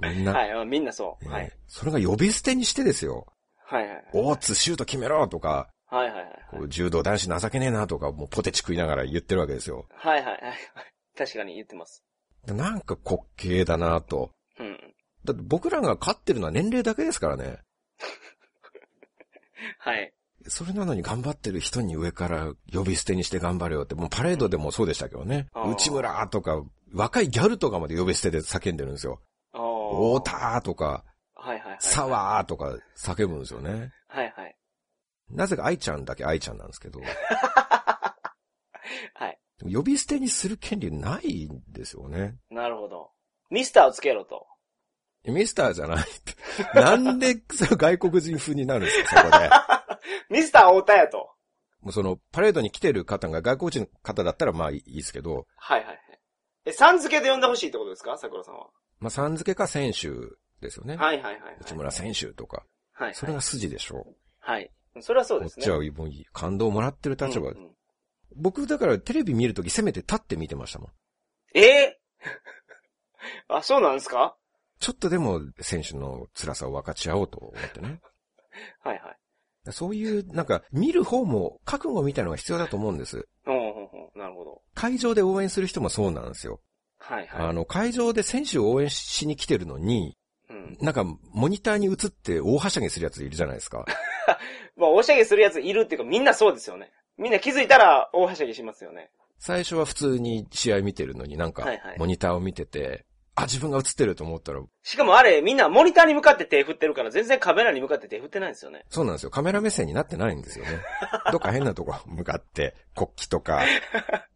Speaker 3: みんな。
Speaker 2: はい、あみんなそう。
Speaker 3: ね
Speaker 2: はい。
Speaker 3: それが呼び捨てにしてですよ。
Speaker 2: はいはいはい。
Speaker 3: 大津シュート決めろとか、
Speaker 2: はいはいはい。
Speaker 3: こう柔道
Speaker 2: [LAUGHS]
Speaker 3: 男子情けねえなとか、もうポテチ食いながら言ってるわけですよ。
Speaker 2: はいはいはい。確かに言ってます。
Speaker 3: なんか滑稽だなと。
Speaker 2: うん。
Speaker 3: だって僕らが勝ってるのは年齢だけですからね。
Speaker 2: はい。
Speaker 3: それなのに頑張ってる人に上から呼び捨てにして頑張れよって、もうパレードでもそうでしたけどね
Speaker 2: あ。ー
Speaker 3: 内村とか、若いギャルとかまで呼び捨てで叫んでるんですよ。
Speaker 2: あー
Speaker 3: 太田とか、
Speaker 2: はいはいはい。
Speaker 3: サワーとか叫ぶんですよね。
Speaker 2: はいはい。
Speaker 3: なぜか愛ちゃんだけ愛ちゃんなんですけど。
Speaker 2: はい。
Speaker 3: でも呼び捨てにする権利ないんですよね。
Speaker 2: なるほど。ミスターをつけろと。
Speaker 3: ミスターじゃない
Speaker 2: [LAUGHS]
Speaker 3: って。なんでその外国人風になるんですか、そこで。
Speaker 2: ミスター太田やと。
Speaker 3: もうその、パレードに来てる方が外国人の方だったらまあいいですけど、
Speaker 2: はいはいはい。え、さん付けで呼んでほしいってことですか桜さんは。
Speaker 3: まあさん付けか選手ですよね。
Speaker 2: はいはいはいはい。
Speaker 3: 内村選手とか。
Speaker 2: はい、はい。
Speaker 3: それが筋でしょう。
Speaker 2: はい。それはそう
Speaker 3: こ
Speaker 2: で
Speaker 3: っ
Speaker 2: すね。
Speaker 3: ちはもう感動をもらってる立場
Speaker 2: うん。うん
Speaker 3: 僕だからテレビ見るときせめて立って見てましたもん。
Speaker 2: え [LAUGHS] ーあ、そうなんですか
Speaker 3: ちょっとでも選手の辛さを分かち合おうと思ってね。
Speaker 2: はいはい。
Speaker 3: そういう、なんか、見る方も覚悟みたいなのが必要だと思うんです。
Speaker 2: うんうんうん。なるほど。
Speaker 3: 会場で応援する人もそうなんですよ。
Speaker 2: はい
Speaker 3: あ
Speaker 2: はい。
Speaker 3: の、会場で選手を応援しに来てるのに、
Speaker 2: うん。
Speaker 3: なんか、モニターに映って大はしゃぎするやついるじゃないで
Speaker 2: [LAUGHS]
Speaker 3: すか。
Speaker 2: まあ、おしゃげするやついるっていうか、みんなそうですよね。みんな気づいたら、大はしゃぎしますよね。
Speaker 3: 最初は普通に試合見てるのになんか
Speaker 2: はいはい、
Speaker 3: モニターを見てて、あ、自分が映ってると思ったら、
Speaker 2: しかもあれ、みんなモニターに向かって手振ってるから、全然カメラに向かって手振ってないんですよね。
Speaker 3: そうなんですよ。カメラ目線になってないんで
Speaker 2: [LAUGHS]
Speaker 3: すよね。どっか変なとこ向かって、国旗とか、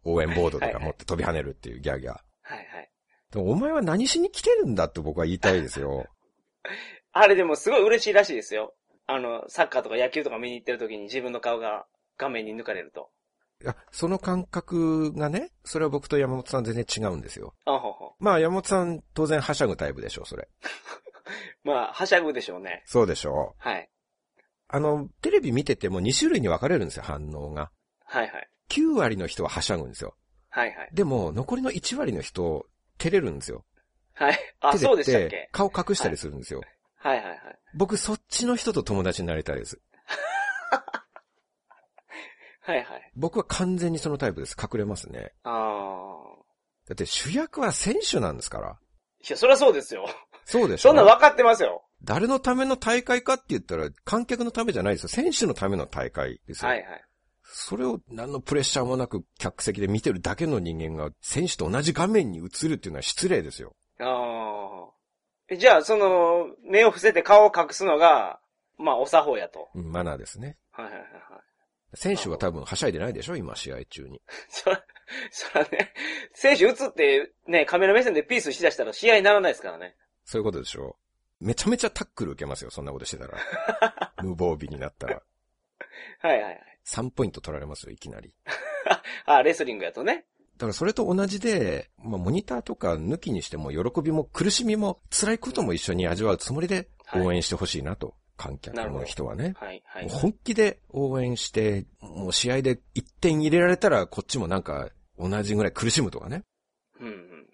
Speaker 3: 応援ボードとか持って飛び跳ねるっていうギャーギャー。
Speaker 2: はいはい。
Speaker 3: でもお前は何しに来てるんだって僕は言いたいですよ。
Speaker 2: あれでもすごい嬉しいらしいですよ。あの、サッカーとか野球とか見に行ってる時に自分の顔が画面に抜かれると。
Speaker 3: いや、その感覚がね、それは僕と山本さん全然違うんですよ。
Speaker 2: あほうほ
Speaker 3: まあ山本さん当然はしゃぐタイプでしょう、それ。
Speaker 2: う。まあ、はしゃぐでしょうね。
Speaker 3: そうでしょう。
Speaker 2: はい。
Speaker 3: あの、テレビ見てても2種類に分かれるんですよ、反応が。
Speaker 2: はいはい。
Speaker 3: 9割の人ははしゃぐんですよ。
Speaker 2: はいはい。
Speaker 3: でも、残りの1割の人、照れるんですよ。
Speaker 2: はい。あ、
Speaker 3: 照れて
Speaker 2: そうでしたっけ
Speaker 3: 顔隠したりするんですよ。
Speaker 2: はいはいはい。
Speaker 3: 僕、そっちの人と友達になりたいです。
Speaker 2: はいはい。
Speaker 3: 僕は完全にそのタイプです。隠れますね。
Speaker 2: ああ。
Speaker 3: だって主役は選手なんですから。
Speaker 2: いや、そりゃそうですよ。
Speaker 3: そうでしょ
Speaker 2: そんなん分かってますよ。
Speaker 3: 誰のための大会かって言ったら、観客のためじゃないですよ。選手のための大会ですよ。
Speaker 2: はいはい。
Speaker 3: それを何のプレッシャーもなく客席で見てるだけの人間が選手と同じ画面に映るっていうのは失礼ですよ。
Speaker 2: ああ。えじゃあ、その、目を伏せて顔を隠すのが、まあ、お作法やと。
Speaker 3: うんマナーですね。
Speaker 2: はいはいはいはい。 [LAUGHS]
Speaker 3: 選手は多分はしゃいでないでしょ今試合中に。
Speaker 2: そら、そらね、選手打つって、ね、カメラ目線でピースしだしたら試合にならないですからね。
Speaker 3: そういうことでしょめちゃめちゃタックル受けますよ。そんなことし
Speaker 2: [LAUGHS]
Speaker 3: てたら。無防備になったら。
Speaker 2: はいはいはい。
Speaker 3: 3ポイント取られますよ、いきなり。
Speaker 2: あ、レスリングやとね。
Speaker 3: だからそれと同じで、まあ、モニターとか抜きにしても、喜びも苦しみも辛いことも一緒に味わうつもりで
Speaker 2: はい
Speaker 3: 応援してほしいなと、観客の人はね。
Speaker 2: はいは
Speaker 3: も。
Speaker 2: いう
Speaker 3: 本気で応援して、もう試合で1点入れられたら、こっちもなんか同じぐらい苦しむとかね。
Speaker 2: うんうんうん。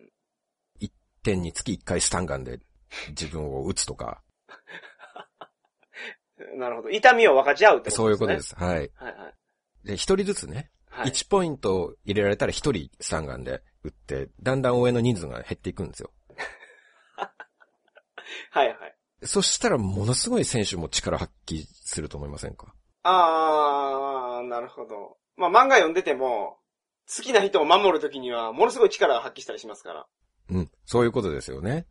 Speaker 3: 点につき1回スタンガンで自分を撃つとか、
Speaker 2: なるほど。痛みを分かち合うってことですね。。
Speaker 3: そういうことですす。はい。
Speaker 2: はいはい。
Speaker 3: で、1人ずつね、
Speaker 2: はい。
Speaker 3: 1ポイント入れられたら1人スタンガンで撃って、だんだん応援の人数が減っていくんですよ。
Speaker 2: はいはい。
Speaker 3: そしたらものすごい選手も力発揮すると思いませんか
Speaker 2: あー、なるほど。まあ、漫画読んでても、好きな人を守るときには、ものすごい力を発揮したりしますから。
Speaker 3: うん。そういうことですよね。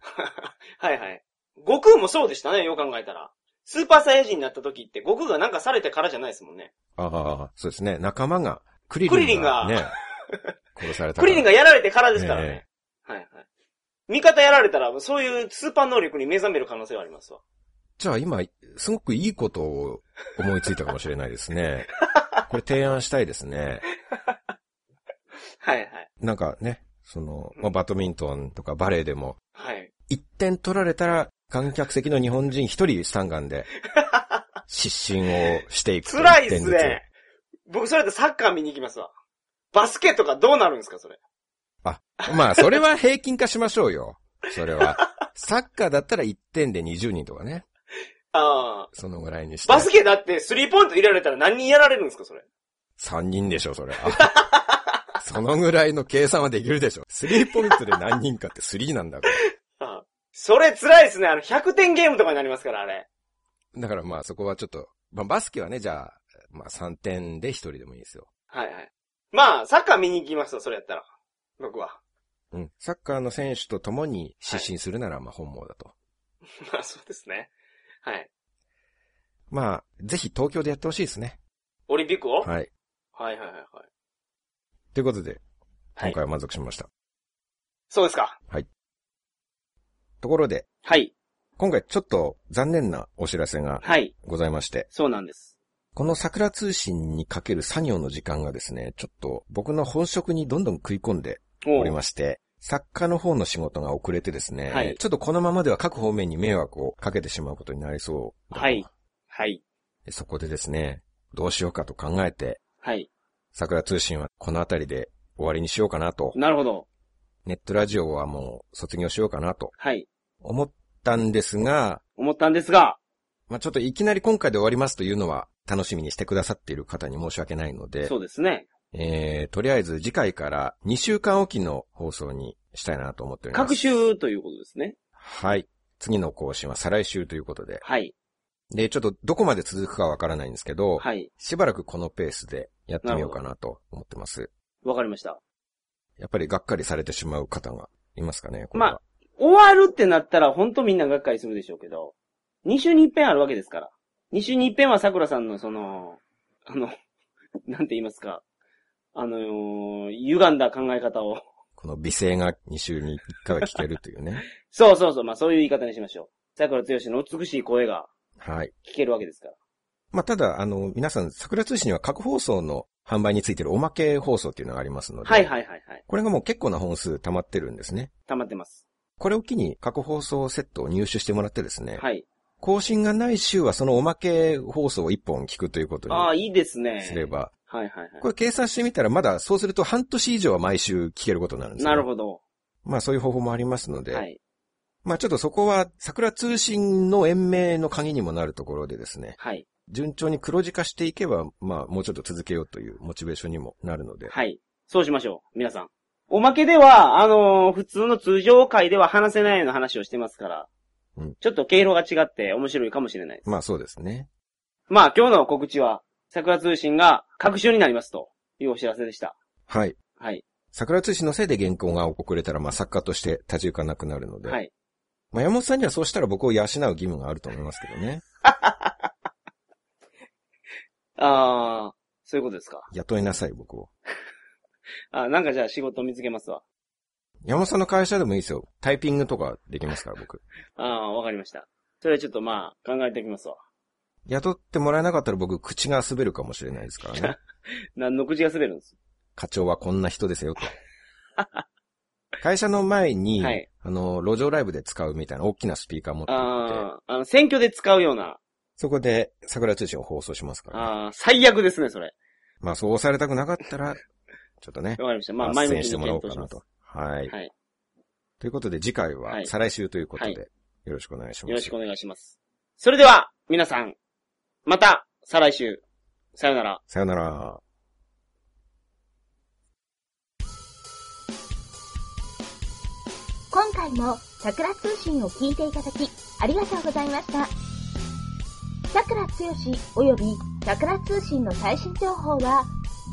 Speaker 2: はいはい。悟空もそうでしたね、よう考えたら。スーパーサイヤ人になった時って、悟空がなんかされてからじゃないですもんね。
Speaker 3: ああ、そうですね。仲間が、クリ
Speaker 2: クリ
Speaker 3: リ
Speaker 2: リン
Speaker 3: ン
Speaker 2: が
Speaker 3: が、ね、 [LAUGHS] 殺され
Speaker 2: ク
Speaker 3: たから。
Speaker 2: リリンがやられてからですからね
Speaker 3: え。
Speaker 2: はいはい。味方やられたら、そういうスーパー能力に目覚める可能性はありますわ。
Speaker 3: じゃあ今、すごくいいことを思いついたかもしれないです
Speaker 2: [LAUGHS]
Speaker 3: ね。これ提案したいですね。
Speaker 2: はいはい。
Speaker 3: なんかね、その、まあ、バドミントンとかバレーでも、
Speaker 2: はい。
Speaker 3: 1点取られたら、観客席の日本人1人スタンガ
Speaker 2: [LAUGHS]
Speaker 3: ンで、失神をしていくと。
Speaker 2: 辛いっ
Speaker 3: 一
Speaker 2: す
Speaker 3: 点ずつ
Speaker 2: ね。僕それだとサッカー見に行きますわ。バスケとかどうなるんですか、それ。
Speaker 3: あ、まあ、それは平均化しましょうよ。それは。サッカーだったら1点で20人とかね。
Speaker 2: ああ。
Speaker 3: そのぐらいにして。
Speaker 2: バスケだってスリーポイント入れられたら何人やられるんですか、それ。
Speaker 3: 3人でしょ、それ。あそのぐらいの計算はできるでしょ。スリーポイントで何人かってスリーなんだから。
Speaker 2: うんそれ辛いですね。あの、100点ゲームとかになりますから、あれ。
Speaker 3: だからまあそこはちょっと、まあバスケはね、じゃあ、まあ3点で1人でもいいですよ。
Speaker 2: はいはい。まあ、サッカー見に行きますよ、それやったら。僕は。 [LAUGHS]
Speaker 3: うん。サッカーの選手と共に失神するならまあ本望だと。
Speaker 2: まあ、そうですね。はい。
Speaker 3: まあ、ぜひ東京でやってほしいですね。
Speaker 2: オリンピックを、はい、
Speaker 3: はい。
Speaker 2: はいはいはいはい
Speaker 3: ということで、
Speaker 2: は
Speaker 3: 今
Speaker 2: い
Speaker 3: 回は満足しました。
Speaker 2: そうですか。
Speaker 3: ところで、
Speaker 2: はい。
Speaker 3: 今回ちょっと残念なお知らせが
Speaker 2: はい。
Speaker 3: ございまして、
Speaker 2: そうなんです。
Speaker 3: この桜通信にかける作業の時間がですね、ちょっと僕の本職にどんどん食い込んで
Speaker 2: お
Speaker 3: おり
Speaker 2: う
Speaker 3: まして、作家の方の仕事が遅れてですね、
Speaker 2: はい
Speaker 3: ちょっとこのままでは各方面に迷惑をかけてしまうことになりそうだと
Speaker 2: はい。はい。
Speaker 3: でそこでですね、どうしようかと考えて、
Speaker 2: はい。
Speaker 3: 桜通信はこの辺りで終わりにしようかなと、
Speaker 2: なるほど。
Speaker 3: ネットラジオはもう卒業しようかなと
Speaker 2: はい。
Speaker 3: 思ったんですが、
Speaker 2: 思ったんですが、
Speaker 3: まあ、ちょっといきなり今回で終わりますというのは楽しみにしてくださっている方に申し訳ないので、
Speaker 2: そうですね。
Speaker 3: えー、とりあえず次回から2週間おきの放送にしたいなと思っております。
Speaker 2: 各週ということですね。
Speaker 3: はい。次の更新は再来週ということで。
Speaker 2: はい。
Speaker 3: で、ちょっとどこまで続くかわからないんですけど、
Speaker 2: はい。
Speaker 3: しばらくこのペースでやってみようかなと思ってます。
Speaker 2: わかりました。
Speaker 3: やっぱりがっかりされてしまう方がいますかね、これ
Speaker 2: ま
Speaker 3: は。
Speaker 2: あ、終わるってなったら、ほんとみんながっかりするでしょうけど、2週に一遍あるわけですから。2週に一遍は桜さんのその、あの、 [LAUGHS] なんて言いますか、あの歪んだ考え方を。
Speaker 3: この美声が2週に1回は聞けるとい
Speaker 2: [LAUGHS]
Speaker 3: うね。
Speaker 2: そうそうそう、まあそういう言い方にしましょう。桜剛の美しい声が
Speaker 3: はい。
Speaker 2: 聞けるわけですから。
Speaker 3: まあ、ただ、あの、皆さん、桜通信には各放送の販売についてるおまけ放送っていうのがありますので、
Speaker 2: はいはいはいはい。
Speaker 3: これがもう結構な本数溜まってるんですね。
Speaker 2: 溜まってます。
Speaker 3: これを機に各放送セットを入手してもらってですね、
Speaker 2: はい。
Speaker 3: 更新がない週はそのおまけ放送を1本聞くということ
Speaker 2: ああ、い
Speaker 3: に
Speaker 2: いですね。
Speaker 3: すれば、
Speaker 2: はいはいは
Speaker 3: これ計算してみたらまだそうすると半年以上は毎週聞けることになるんで
Speaker 2: い。
Speaker 3: すよ、
Speaker 2: な
Speaker 3: ね。
Speaker 2: るほど。
Speaker 3: まあそういう方法もありますので、
Speaker 2: はい。
Speaker 3: まあちょっとそこは桜通信の延命の鍵にもなるところでですね、
Speaker 2: はい。
Speaker 3: 順調に黒字化していけば、まあもうちょっと続けようというモチベーションにもなるので、
Speaker 2: はい。そうしましょう。皆さん。おまけでは、あのー普通の通常回では話せないような話をしてますから、
Speaker 3: うん
Speaker 2: ちょっと経路が違って面白いかもしれないです。
Speaker 3: まあそうですね。
Speaker 2: まあ、今日の告知は、桜通信が各週になりますというお知らせでした。
Speaker 3: はい。
Speaker 2: はい。
Speaker 3: 桜通信のせいで原稿が遅れたら、まあ作家として立ち行かなくなるので、
Speaker 2: はい。
Speaker 3: まあ山本さんにはそうしたら僕を養う義務があると思いますけどね。
Speaker 2: あー、そういうことですか。
Speaker 3: 雇いなさい、僕を。
Speaker 2: あーなんかじゃあ仕事見つけますわ。
Speaker 3: 山本さんの会社でもいいですよ。タイピングとかできますから、僕。
Speaker 2: あー、わかりました。それはちょっとまあ、考えておきますわ。
Speaker 3: 雇ってもらえなかったら僕、口が滑るかもしれないですからね。
Speaker 2: 何の口が滑るんです
Speaker 3: 課長はこんな人ですよ、と。 [LAUGHS] 会社の前に、
Speaker 2: はい
Speaker 3: あの、路上ライブで使うみたいな大きなスピーカー持って行って、
Speaker 2: あー、あの、選挙で使うような、
Speaker 3: そこで桜通信を放送しますから、ね。
Speaker 2: あー、最悪ですね、それ。
Speaker 3: まあ、そうされたくなかったら、ちょっとね、
Speaker 2: わかりました。まあ、前
Speaker 3: 出
Speaker 2: 向
Speaker 3: 演
Speaker 2: き
Speaker 3: して
Speaker 2: に
Speaker 3: もらおう
Speaker 2: 検
Speaker 3: か
Speaker 2: 討し
Speaker 3: な
Speaker 2: ます
Speaker 3: と。。はい。
Speaker 2: はい
Speaker 3: ということで、次回は
Speaker 2: はい
Speaker 3: 再来週ということで、
Speaker 2: は
Speaker 3: よろしくお願いします。
Speaker 2: よろしくお願いします。それでは、皆さん、また、再来週。さよなら。
Speaker 3: さよなら。
Speaker 1: 今回も桜通信を聞いていただき、ありがとうございました。桜つよし及び桜通信の最新情報は、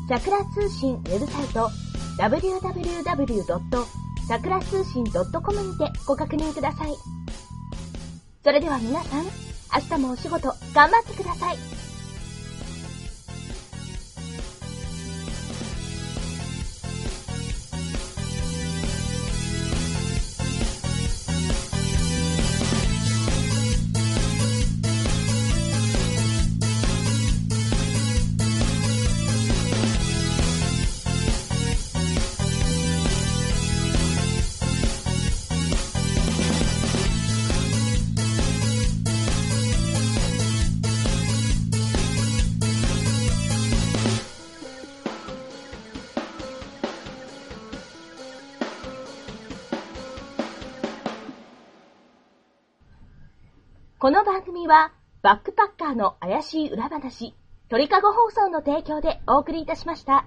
Speaker 1: 桜通信ウェブサイト www.sakura 通信 .com にてご確認ください。それでは皆さん、明日もお仕事頑張ってください。この番組は、バックパッカーの怪しい裏話、鳥かご放送の提供でお送りいたしました。